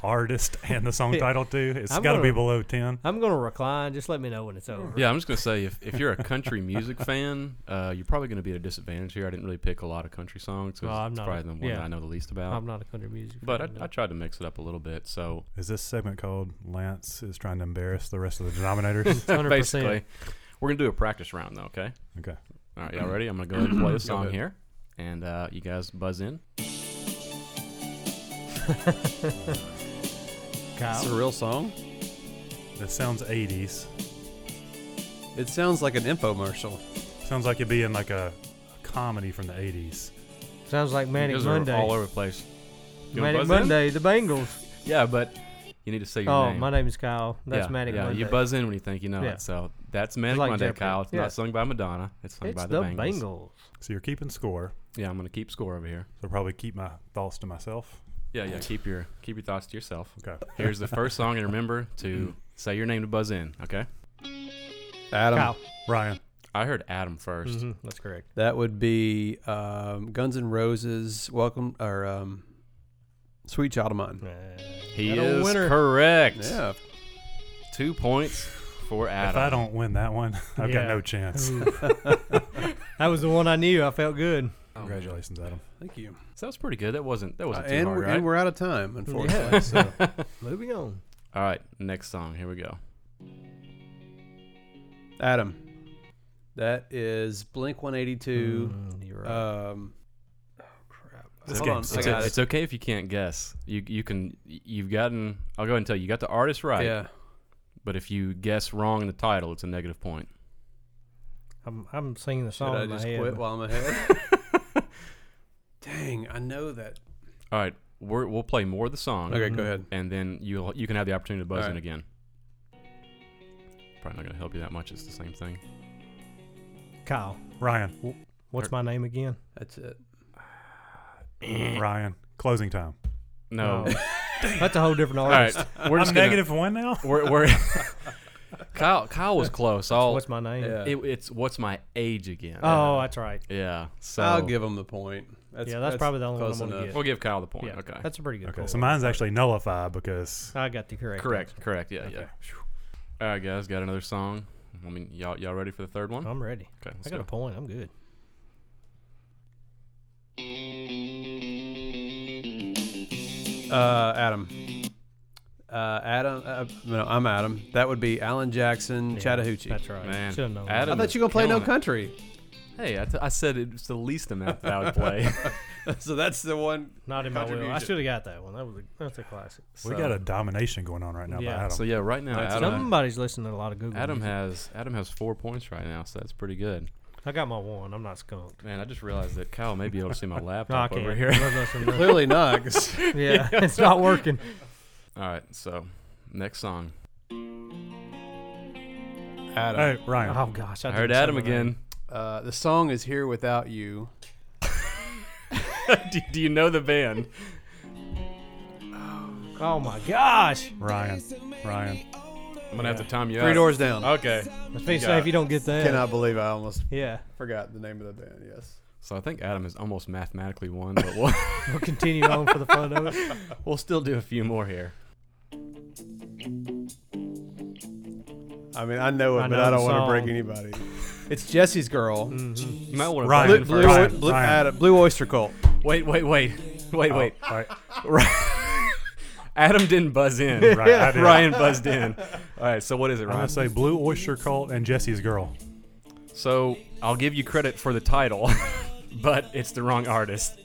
artist and the song title to. It's I'm got to be gonna- below 10. I'm gonna recline. Just let me know when it's over. Yeah, I'm just gonna say if, if you're a country music fan, uh, you're probably gonna be at a disadvantage here. I didn't really pick a lot of country songs. 'cause Well, I'm it's not probably the a- one yeah. Um, that I know the least about. I'm not a country music. but I, fan, I tried to mix it up a little bit. So Is this segment called Lance is trying to embarrass the rest of the [LAUGHS] denominators? no. 100%. [LAUGHS] basically, we're gonna do a practice round though. Okay. okay. All right, y'all ready? I'm gonna go ahead and [CLEARS THROAT] play a song ahead. here, and uh, you guys buzz in. It's Kyle. a real song. That sounds 80s. It sounds like an infomercial. Sounds like it'd be in like a, a comedy from the 80s. Sounds like Manic you guys Monday. are all over the place. You wanna Manic buzz in? Monday, the Bengals. Yeah, but you need to say your Oh, name. my name is Kyle. That's yeah, Manic yeah. Monday. You buzz in when you think you know Yeah. it. So that's Manic like Monday, Jeopardy. Kyle. It's Yeah. not sung by Madonna. It's sung it's by the the, Bengals. Bangles. So you're keeping score. Yeah, I'm gonna keep score over here. So probably keep my thoughts to myself. Yeah, yeah. Keep your keep your thoughts to yourself. Okay. Here's the first song, and remember [CLEARS THROAT] to say your name to buzz in. Okay. Adam. Kyle. Ryan. I heard Adam 1st Mm-hmm. Mhm, that's correct. That would be um, Guns N' Roses. Welcome or um, Sweet Child of Mine. He That old is winner. correct. Yeah. Two points for Adam. If I don't win that one, [LAUGHS] I've Yeah. got no chance. [LAUGHS] that was the one I knew. I felt good. Congratulations, Adam. Thank you. So Oh, that was pretty good. That wasn't that wasn't Uh, too and, hard, we're, right? and we're out of time, unfortunately. So Moving on. All right, next song. Here we go. [LAUGHS] Adam, that is Blink 182. Mm, you're right. Um, oh crap! This Hold game on, I sucks. It's, got o- it. it's okay if you can't guess. You you can you've gotten. I'll go ahead and tell you. You got the artist right. Yeah. But if you guess wrong in the title, it's a negative point. I'm, I'm singing the Should song I in my just head. quit but- while I'm ahead? [LAUGHS] Dang, I know that. [LAUGHS] All right, we're, we'll play more of the song. Mm-hmm. Okay, go ahead. And then you you can have the opportunity to buzz All right. in again. Probably not going to help you that much. It's the same thing. Kyle, Ryan. what's my name again? That's it. Ryan. Closing time. No. Oh. that's a whole different All artist. right, we're just I'm gonna- negative one now. We're, we're Kyle Kyle was close. I'll, What's my name? Yeah. it, it's what's my age again? Oh, that's right. yeah. So I'll give him the point. yeah, that's, probably the only one I'm close going to enough. get. We'll give Kyle the point. Yeah, Oh, okay. That's a pretty good Okay, pull. so mine's actually nullified [LAUGHS] because I got the correct. correct. Correct. Yeah. Okay. Yeah. All right, guys. Got another song. I mean, y'all y'all ready for the third one? answer. I'm ready. Okay. Let's I got go. a point. I'm good. Uh, Adam. Uh, Adam. Uh, no, I'm Adam. That would be Alan Jackson, Yeah, Mm, Chattahoochee. That's right. Man, Should have known. I Adam- thought you were gonna play No Killing it. Country, Hey, I, t- I said it's the least amount that I [LAUGHS] would play. [LAUGHS] so that's the one. Not in my will. I Contribution. should have got that one. That was a, that's a classic. we So- got a domination going on right now Yeah, by Adam. So yeah, right now That's Adam, Somebody's listening to a lot of Google. Adam music. has Adam has four points right now, so that's pretty good. I got my one. I'm not [LAUGHS] skunked. Man, I just realized that Kyle may be able to [LAUGHS] see my No, I laptop can't. over here. There's nothing to- Clearly not. 'cause- yeah, [LAUGHS] it's not working. [LAUGHS] All right, so next song. All Adam. right, Ryan. Oh gosh, I, I didn't heard say Adam my name. again. Uh, the song is "Here Without You." [LAUGHS] do, do you know the band? Oh my gosh! Ryan. Ryan. I'm gonna have to time you out. Three Doors Down. Uh, Okay. I was gonna say if you don't get that, Cannot believe I almost yeah, forgot the name of the band. Yes. So I think Adam has almost mathematically won, but we'll, [LAUGHS] [LAUGHS] we'll continue on for the fun of it. we'll still do a few more here. I mean, I know it, I but know I the don't want song. to break anybody. It's Jesse's Girl. You might want to Ryan. Ryan. Blue, Blue, Ryan. Blue, Ryan. Oh, Adam- Blue Oyster Cult. Wait, wait, wait, wait, wait. All right. Adam didn't buzz [LAUGHS] in. Right, I did. Ryan buzzed [LAUGHS] in. All right. So what is it, I'm Ryan? gonna say Blue Oyster Cult and Jesse's Girl. So I'll give you credit for the title, [LAUGHS] but it's the wrong artist.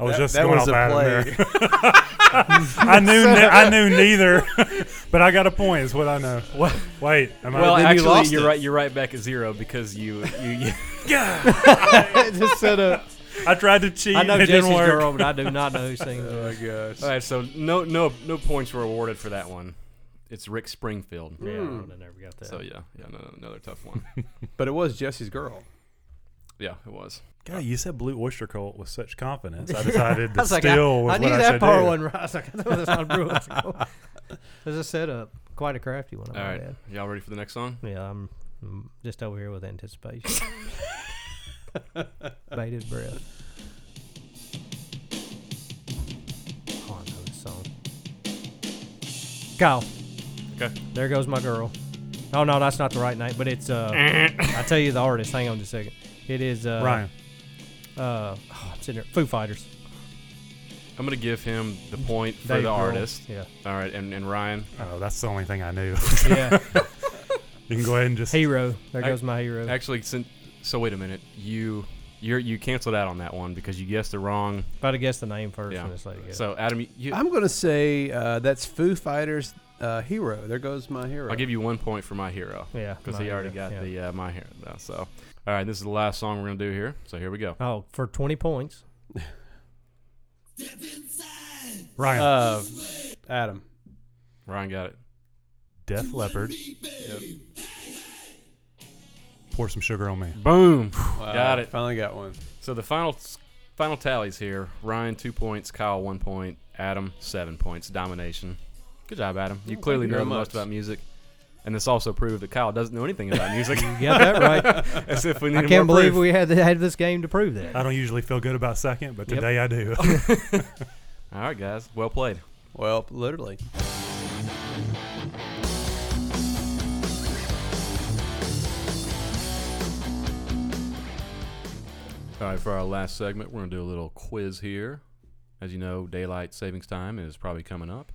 I was That- just that going was off a Adam play. [LAUGHS] there. [LAUGHS] I knew ne- I knew neither, [LAUGHS] but I got a point. Is what I know. Well, Wait, am well I? then you actually, lost you are it. right. You're right back at zero because you you. [LAUGHS] you Just set up. [LAUGHS] I tried to cheat. I know and it Jesse's didn't work. girl, but I do not know [LAUGHS] who sings Oh it. my gosh. All right. So no no no points were awarded for that one. It's Rick Springfield. Yeah, I would've never got that. So yeah, yeah, no, no, another tough [LAUGHS] one. But it was Jesse's Girl. yeah, it was. God, you said Blue Oyster Cult with such confidence. [LAUGHS] I decided to I was like, steal I, with I knew what I that should part do. wasn't right. I was like, I know that's [LAUGHS] not Bruins. There's a setup, quite a crafty one. I All might right. add. Y'all ready for the next song? Yeah, I'm I'm just over here with anticipation. [LAUGHS] Bated breath. Oh, I know this song. Kyle. Okay. There goes my girl. Oh no, that's not the right name, but [COUGHS] it's uh I tell you the artist. Hang on just a second. It is uh Ryan. uh oh, I'm sitting there. Foo Fighters. [LAUGHS] I'm gonna give him [LAUGHS] the point for Dave the Grohl. artist. Yeah. All right, and, and Ryan. Oh, that's the only thing I knew. [LAUGHS] [LAUGHS] Yeah. you can go ahead and just. hero. There Ac- goes my hero. Actually, since so wait a minute, you you're, you canceled out on that one because you guessed the wrong. if I'd have guessed the name first Yeah. and it's like yeah. So Adam, you- you, I'm going to say uh, that's Foo Fighters' uh, Hero. There goes my hero. I'll give you one point for my hero yeah. because my he already hero, got yeah. the uh, my hero. Though, so all right, this is the last song we're gonna do here. So here we go. Oh, for twenty [LAUGHS] points. Ryan. Uh, Adam. Ryan got it. Death Leopard. Pour some sugar on me. Boom. Wow, Got it. Finally got one. So the final final tallies here: Ryan two points, Kyle one point, Adam seven points. Domination. Good job, Adam. You clearly you know the very most much. about music, and this also proved that Kyle doesn't know anything about [LAUGHS] music. [LAUGHS] You got that right. As if we I needed can't more believe proof. we had, had this game to prove that. I don't usually feel good about second, but Yep. today I [LAUGHS] do. All right, guys. Well played. Well, literally. All right, for our last segment, we're going to do a little quiz here. As you know, daylight savings time is probably coming up,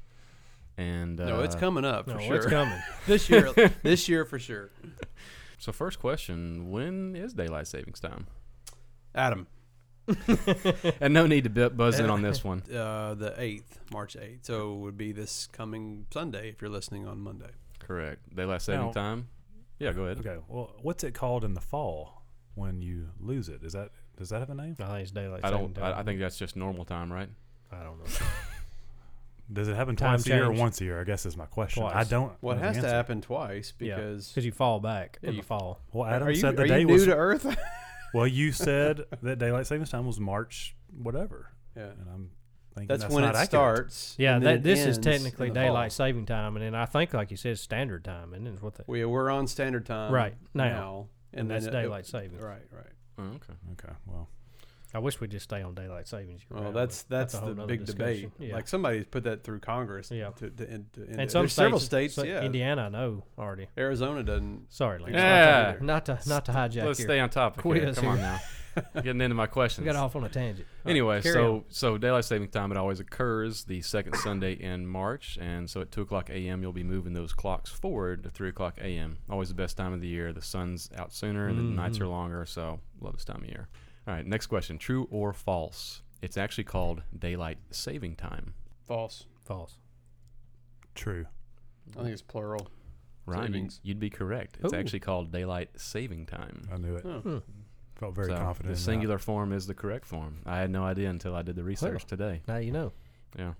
and uh, No, it's coming up [LAUGHS] for No, sure. it's coming. [LAUGHS] [LAUGHS] this year, this year for sure. So, first question: When is daylight savings time? [LAUGHS] Adam, And no need to bu- buzz in on [LAUGHS] this one. uh, the eighth, March eighth. So it would be this coming Sunday if you're listening on Monday. Correct. Daylight saving No. time. Yeah, go ahead. okay, well, what's it called in the fall when you lose it? Is that does that have a name? I think it's daylight. I saving don't. I, I time. think that's just normal time, right? I don't know. [LAUGHS] Does it happen Time twice a year or change. once a year? I guess is my question. I Twice. don't. Well, know it the has to answer. happen twice because because you fall back Yeah, in you- the fall. Well, Adam are you, said the are day you was. new to [LAUGHS] Earth? [LAUGHS] Well, you said that daylight savings time was March whatever, yeah, and I'm thinking that's, that's, when it not accurate. starts. Yeah, and then that, it this is ends in technically the fall. daylight saving time, and then I think, like you said, standard time, and then what the We we're on standard time Right, now. Um, and, and then that's it- daylight savings. Right, right. Oh, okay. Okay, well, I wish we'd just stay on daylight savings. year Well, round, that's but that's, a whole the nother big debate. discussion. Yeah. Like somebody's put that through Congress. Yeah. To, to, in- to, in- and some there's states, several states. so- yeah. Indiana, I know already. Arizona doesn't. Sorry, Lance. Yeah. Not to not to hijack Let's here. stay on topic. Here. Quiz Come on now. Getting into my [LAUGHS] We questions. got off on a tangent. Anyway, Carry so on. so daylight saving time it always occurs the second Sunday in March, and so at two o'clock a.m. you'll be moving those clocks forward to three o'clock a.m. Always the best time of the year. The sun's out sooner and Mm-hmm. the nights are longer, so love this time of year. All right, next question: True or false? It's actually called daylight saving time. False. False. true. I think it's plural. Ryan, you- Savings. you'd be correct. It's Ooh. actually called daylight saving time. I knew it. Oh. Felt very So, confident. in The that. singular form is the correct form. I had no idea until I did the research Well. today. Now you know. Yeah.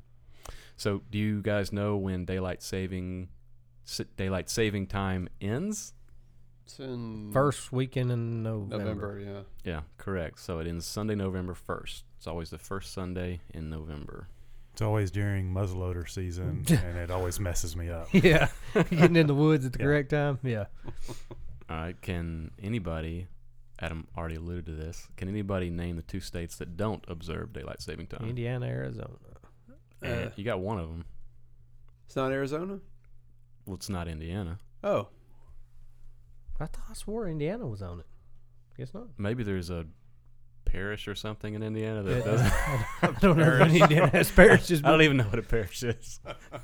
So, do you guys know when daylight saving s- daylight saving time ends? It's in Mm. First weekend in November. November. Yeah. Yeah, correct. So it ends Sunday, November first. It's always the first Sunday in November. It's always during muzzleloader [LAUGHS] season, and it always messes me up. [LAUGHS] [LAUGHS] yeah, getting in the woods at the Yeah. correct time. Yeah. All right. Can anybody? Adam already alluded to this. Can anybody name the two states that don't observe daylight saving time? Indiana, Arizona. Eh, you got one of them. Uh, It's not Arizona. Well, it's not Indiana. Oh, I thought I swore Indiana was on it. Guess not. Maybe there's a parish or something in Indiana that Yeah. doesn't. [LAUGHS] I don't know if Indiana has [LAUGHS] parishes. I but- don't even know what a parish is.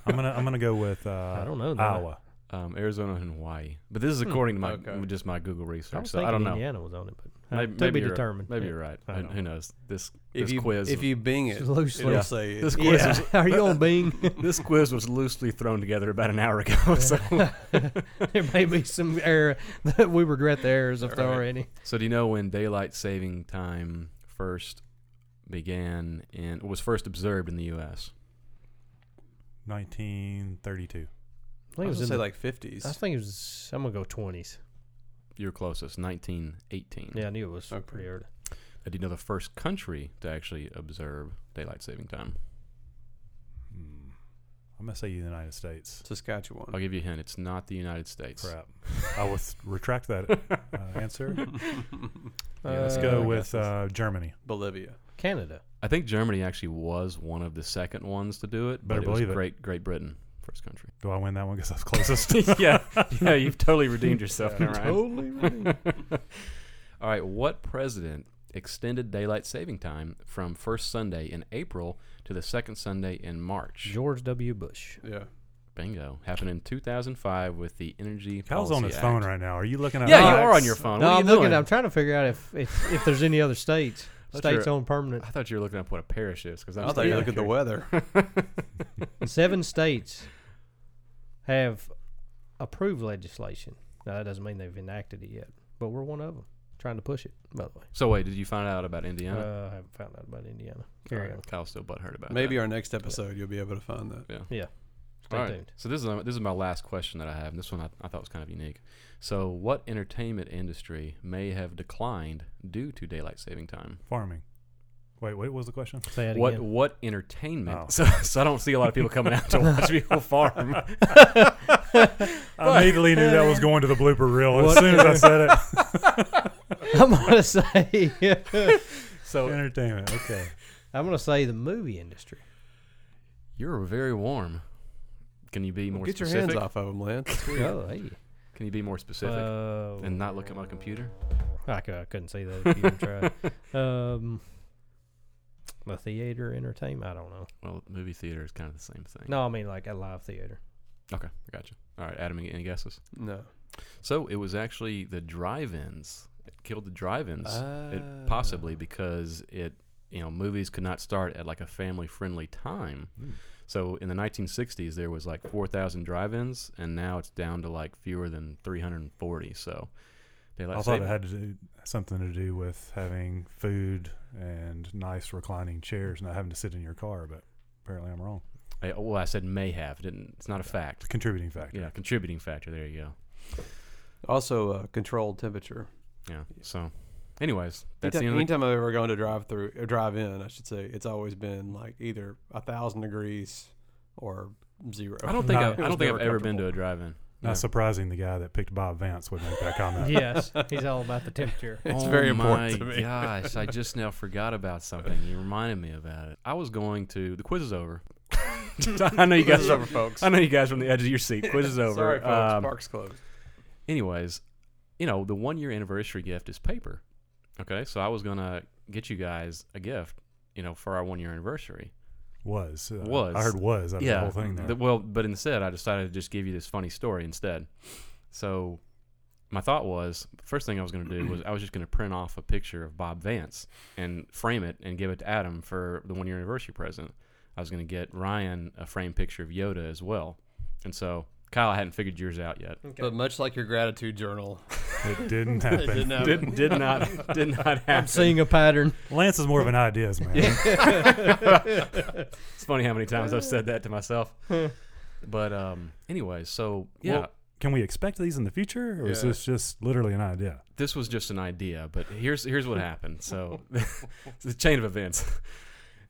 I'm gonna I'm gonna go with uh, I don't know, though. Iowa. Um, Arizona and Hawaii, but this is according to my Okay. just my Google Hmm, I research, was so I thinking don't know. Indiana was on it, but Maybe, uh, to maybe be you're- determined. maybe Yeah. you're right. I Who- don't who knows? This if this you quiz if was- you Bing it, Loosely. it'll [LAUGHS] Yeah. say it. this quiz Yeah. [LAUGHS] was, Are you [LAUGHS] on Bing? this quiz was loosely thrown together about an hour ago. [LAUGHS] So [LAUGHS] there may be some error that we regret the errors if there are any. so do you know when daylight saving time first began and was first observed in the U.S. 1932. I I think it was was in gonna say the, like I fifties. think it was. I'm gonna go twenties. Your closest, 1918. Yeah, I knew it was Okay. pretty early. Uh, Do you know the first country to actually observe daylight saving time? Hmm. I'm gonna say United States. Saskatchewan. I'll give you a hint. It's not the United States. Crap. I will [LAUGHS] th- retract that uh, answer. Yeah, Let's Uh, go Oh, I with uh, Germany. [LAUGHS] Bolivia. Canada. I think Germany actually was one of the second ones to do it, but Better it was believe it. Great Great Britain, first country. Do I win that one? Because I was closest. [LAUGHS] yeah, yeah, you've totally redeemed yourself, now, Ryan. Totally. [LAUGHS] All right, what president extended daylight saving time from first Sunday in April to the second Sunday in March? George W. Bush. Yeah. Bingo. Happened in 2005 with the Energy Kyle's Policy on his Act. phone right now. Are you looking at? Yeah, No, you are on facts? your phone. No, what are I'm you looking. doing? I'm trying to figure out if if, if there's any other states [LAUGHS] That's states your- on permanent. I thought you were looking up what a parish is because I thought you look at [LAUGHS] the weather. Seven states have approved legislation. Now that doesn't mean they've enacted it yet, but we're one of them trying to push it. By the way, So wait, did you find out about Indiana? uh, I haven't found out about Indiana. Carry All right, on. Kyle's still butthurt about Maybe that. our next episode you'll be able to find that. Yeah. Stay All right. tuned. So this is this is my last question that I have. And this one I, I thought was kind of unique. So, what entertainment industry may have declined due to daylight saving time? Farming. Wait, what was the question? Say it What [LAUGHS] again. what entertainment? Oh. So, [LAUGHS] so [LAUGHS] I don't see a lot of people [LAUGHS] coming out to [LAUGHS] watch people farm. I immediately knew that was going to the blooper reel as What- soon as I said [LAUGHS] it. [LAUGHS] I'm gonna [LAUGHS] say So Entertainment. Okay. I'm gonna say the movie industry. you're very warm. Can you be more Get your specific? hands off of them, Lance. Oh, hey. Can you be more specific [LAUGHS] Oh, Uh, and not look at my computer? I, cou- I couldn't see that if you even [LAUGHS] tried. Um, the theater entertainment. I don't know. Well, movie theater is kind of the same thing. No, I mean like a live [LAUGHS] theater. Okay, I gotcha. All right, Adam, any guesses? No. So it was actually the drive-ins. It killed the drive-ins, it, Uh. possibly because it, you know, movies could not start at like a family-friendly time. So in the 1960s, there was like 4,000 drive-ins, and now it's down to like fewer than 340. So daylight I thought saving- it had to do something to do with having food and nice reclining chairs, not having to sit in your car. But apparently, I'm wrong. I- well, I said may have. Didn't. It's not a fact. Contributing factor. Yeah, contributing factor. There you go. Also, uh, controlled temperature. Yeah. So, anyways, that's anytime, the end. Of anytime I've ever gone to drive through, or drive in, I should say, it's always been like either a thousand degrees or zero. the, I [LAUGHS] don't think No, I, I it was don't think I've never ever been to comfortable. a drive-in. Not No. surprising the guy that picked Bob Vance would make that [LAUGHS] comment. Yes, he's all about [LAUGHS] the [LAUGHS] temperature. It's oh very important my to me. gosh, I just now forgot about something. You reminded me about it. I was going to the quiz is over. [LAUGHS] I know you This guys is over, folks. I know you guys are on the edge of your [LAUGHS] seat. Quiz is over. [LAUGHS] Sorry, folks. Um, Park's closed. anyways, you know, the one year anniversary gift is paper. Okay, so I was gonna get you guys a gift, you know, for our one year anniversary. Was. Uh, Was. I heard was. Out of the whole thing there. th- well, but instead, I decided to just give you this funny story instead. So, my thought was first thing I was going to do was I was just going to print off a picture of Bob Vance and frame it and give it to Adam for the one year anniversary present. I was going to get Ryan a framed picture of Yoda as well. And so, Kyle, I hadn't figured yours out yet. But much like your gratitude journal, [LAUGHS] it [LAUGHS] didn't happen. Did, did [LAUGHS] not did not happen. I'm seeing a [LAUGHS] pattern. Lance is [LAUGHS] more of an ideas man. It's funny how many times I've said that to myself. but um, anyway, so yeah, Well, Can we expect these in the future, or is Yeah. this just literally an idea? this was just an idea, but here's here's what happened. So [LAUGHS] the chain of events.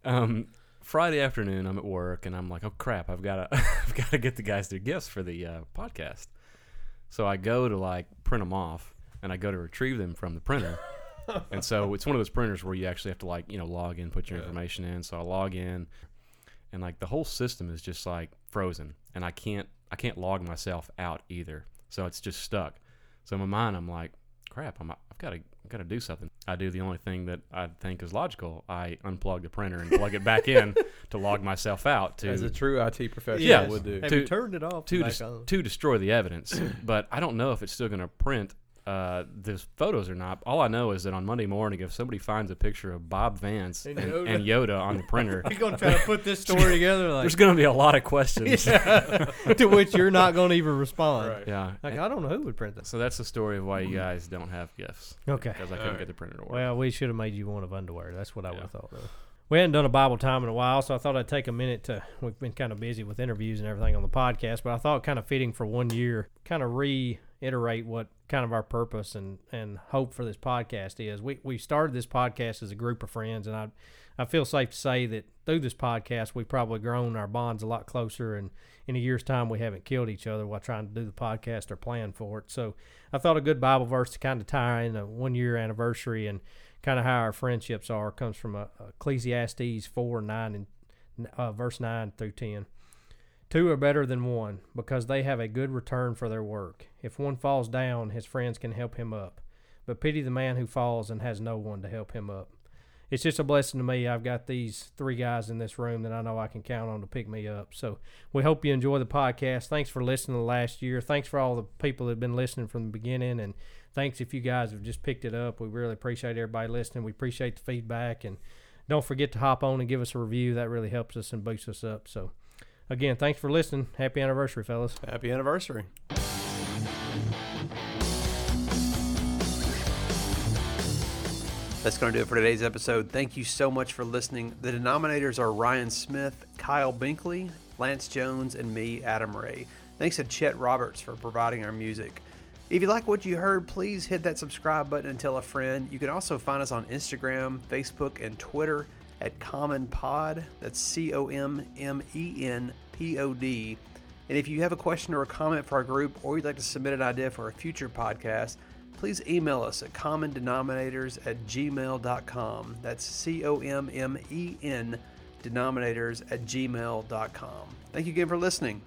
Um, Friday afternoon, I'm at work and I'm like, oh crap, I've got to I've got to get the guys their gifts for the uh, podcast. So I go to like print them off, and I go to retrieve them from the [LAUGHS] printer. and so it's one of those printers where you actually have to like you know log in, put your information in. So I log in, and like the whole system is just like frozen, and I can't I can't log myself out either. So it's just stuck. So in my mind, I'm like, crap, I'm, I've got to I've got to do something. I do the only thing that I think is logical. I unplug the printer and plug it back [LAUGHS] in to log myself out to as a true IT professional Yeah. would do. Have To- you turned it off? to back [LAUGHS] des- on? to destroy the evidence. [CLEARS THROAT] but I don't know if it's still going to print uh, the photos or not. All I know is that on Monday morning, if somebody finds a picture of Bob Vance and, And and Yoda. Yoda. on the [LAUGHS] printer, You're gonna try to put this story together, like there's going to be a lot of questions. [LAUGHS] Yeah. [LAUGHS] to which you're not gonna even respond. Like And I don't know who would print this. so that's the story of why you guys don't have gifts Okay. because I couldn't get the printer to work. Well, we should have made you one of underwear. That's what I would Yeah. have thought. Though. We hadn't done a Bible time in a while, so I thought I'd take a minute to. We've been kind of busy with interviews and everything on the podcast, but I thought kind of fitting for one year, kind of reiterate what kind of our purpose and, and hope for this podcast is. We we started this podcast as a group of friends, and I I feel safe to say that through this podcast we've probably grown our bonds a lot closer, and in a year's time we haven't killed each other while trying to do the podcast or plan for it. So I thought a good Bible verse to kind of tie in a one year anniversary and kind of how our friendships are comes from uh, Ecclesiastes 4 9 and uh, verse 9 through 10. Two are better than one because they have a good return for their work. If one falls down, his friends can help him up. But pity the man who falls and has no one to help him up. It's just a blessing to me. I've got these three guys in this room that I know I can count on to pick me up. So we hope you enjoy the podcast. Thanks for listening to last year. Thanks for all the people that have been listening from the beginning. And thanks if you guys have just picked it up. We really appreciate everybody listening. We appreciate the feedback. And don't forget to hop on and give us a review. That really helps us and boosts us up. So, again, thanks for listening. Happy anniversary, fellas. Happy anniversary. That's going to do it for today's episode. Thank you so much for listening. The denominators are Ryan Smith, Kyle Binkley, Lance Jones, and me, Adam Ray. Thanks to Chet Roberts for providing our music. If you like what you heard, please hit that subscribe button and tell a friend. You can also find us on Instagram, Facebook, and Twitter at Common Pod. That's C O M M E N P O D. And if you have a question or a comment for our group, or you'd like to submit an idea for a future podcast, please email us at commondenominators at gmail.com. That's C O M M E N denominators at gmail.com. Thank you again for listening.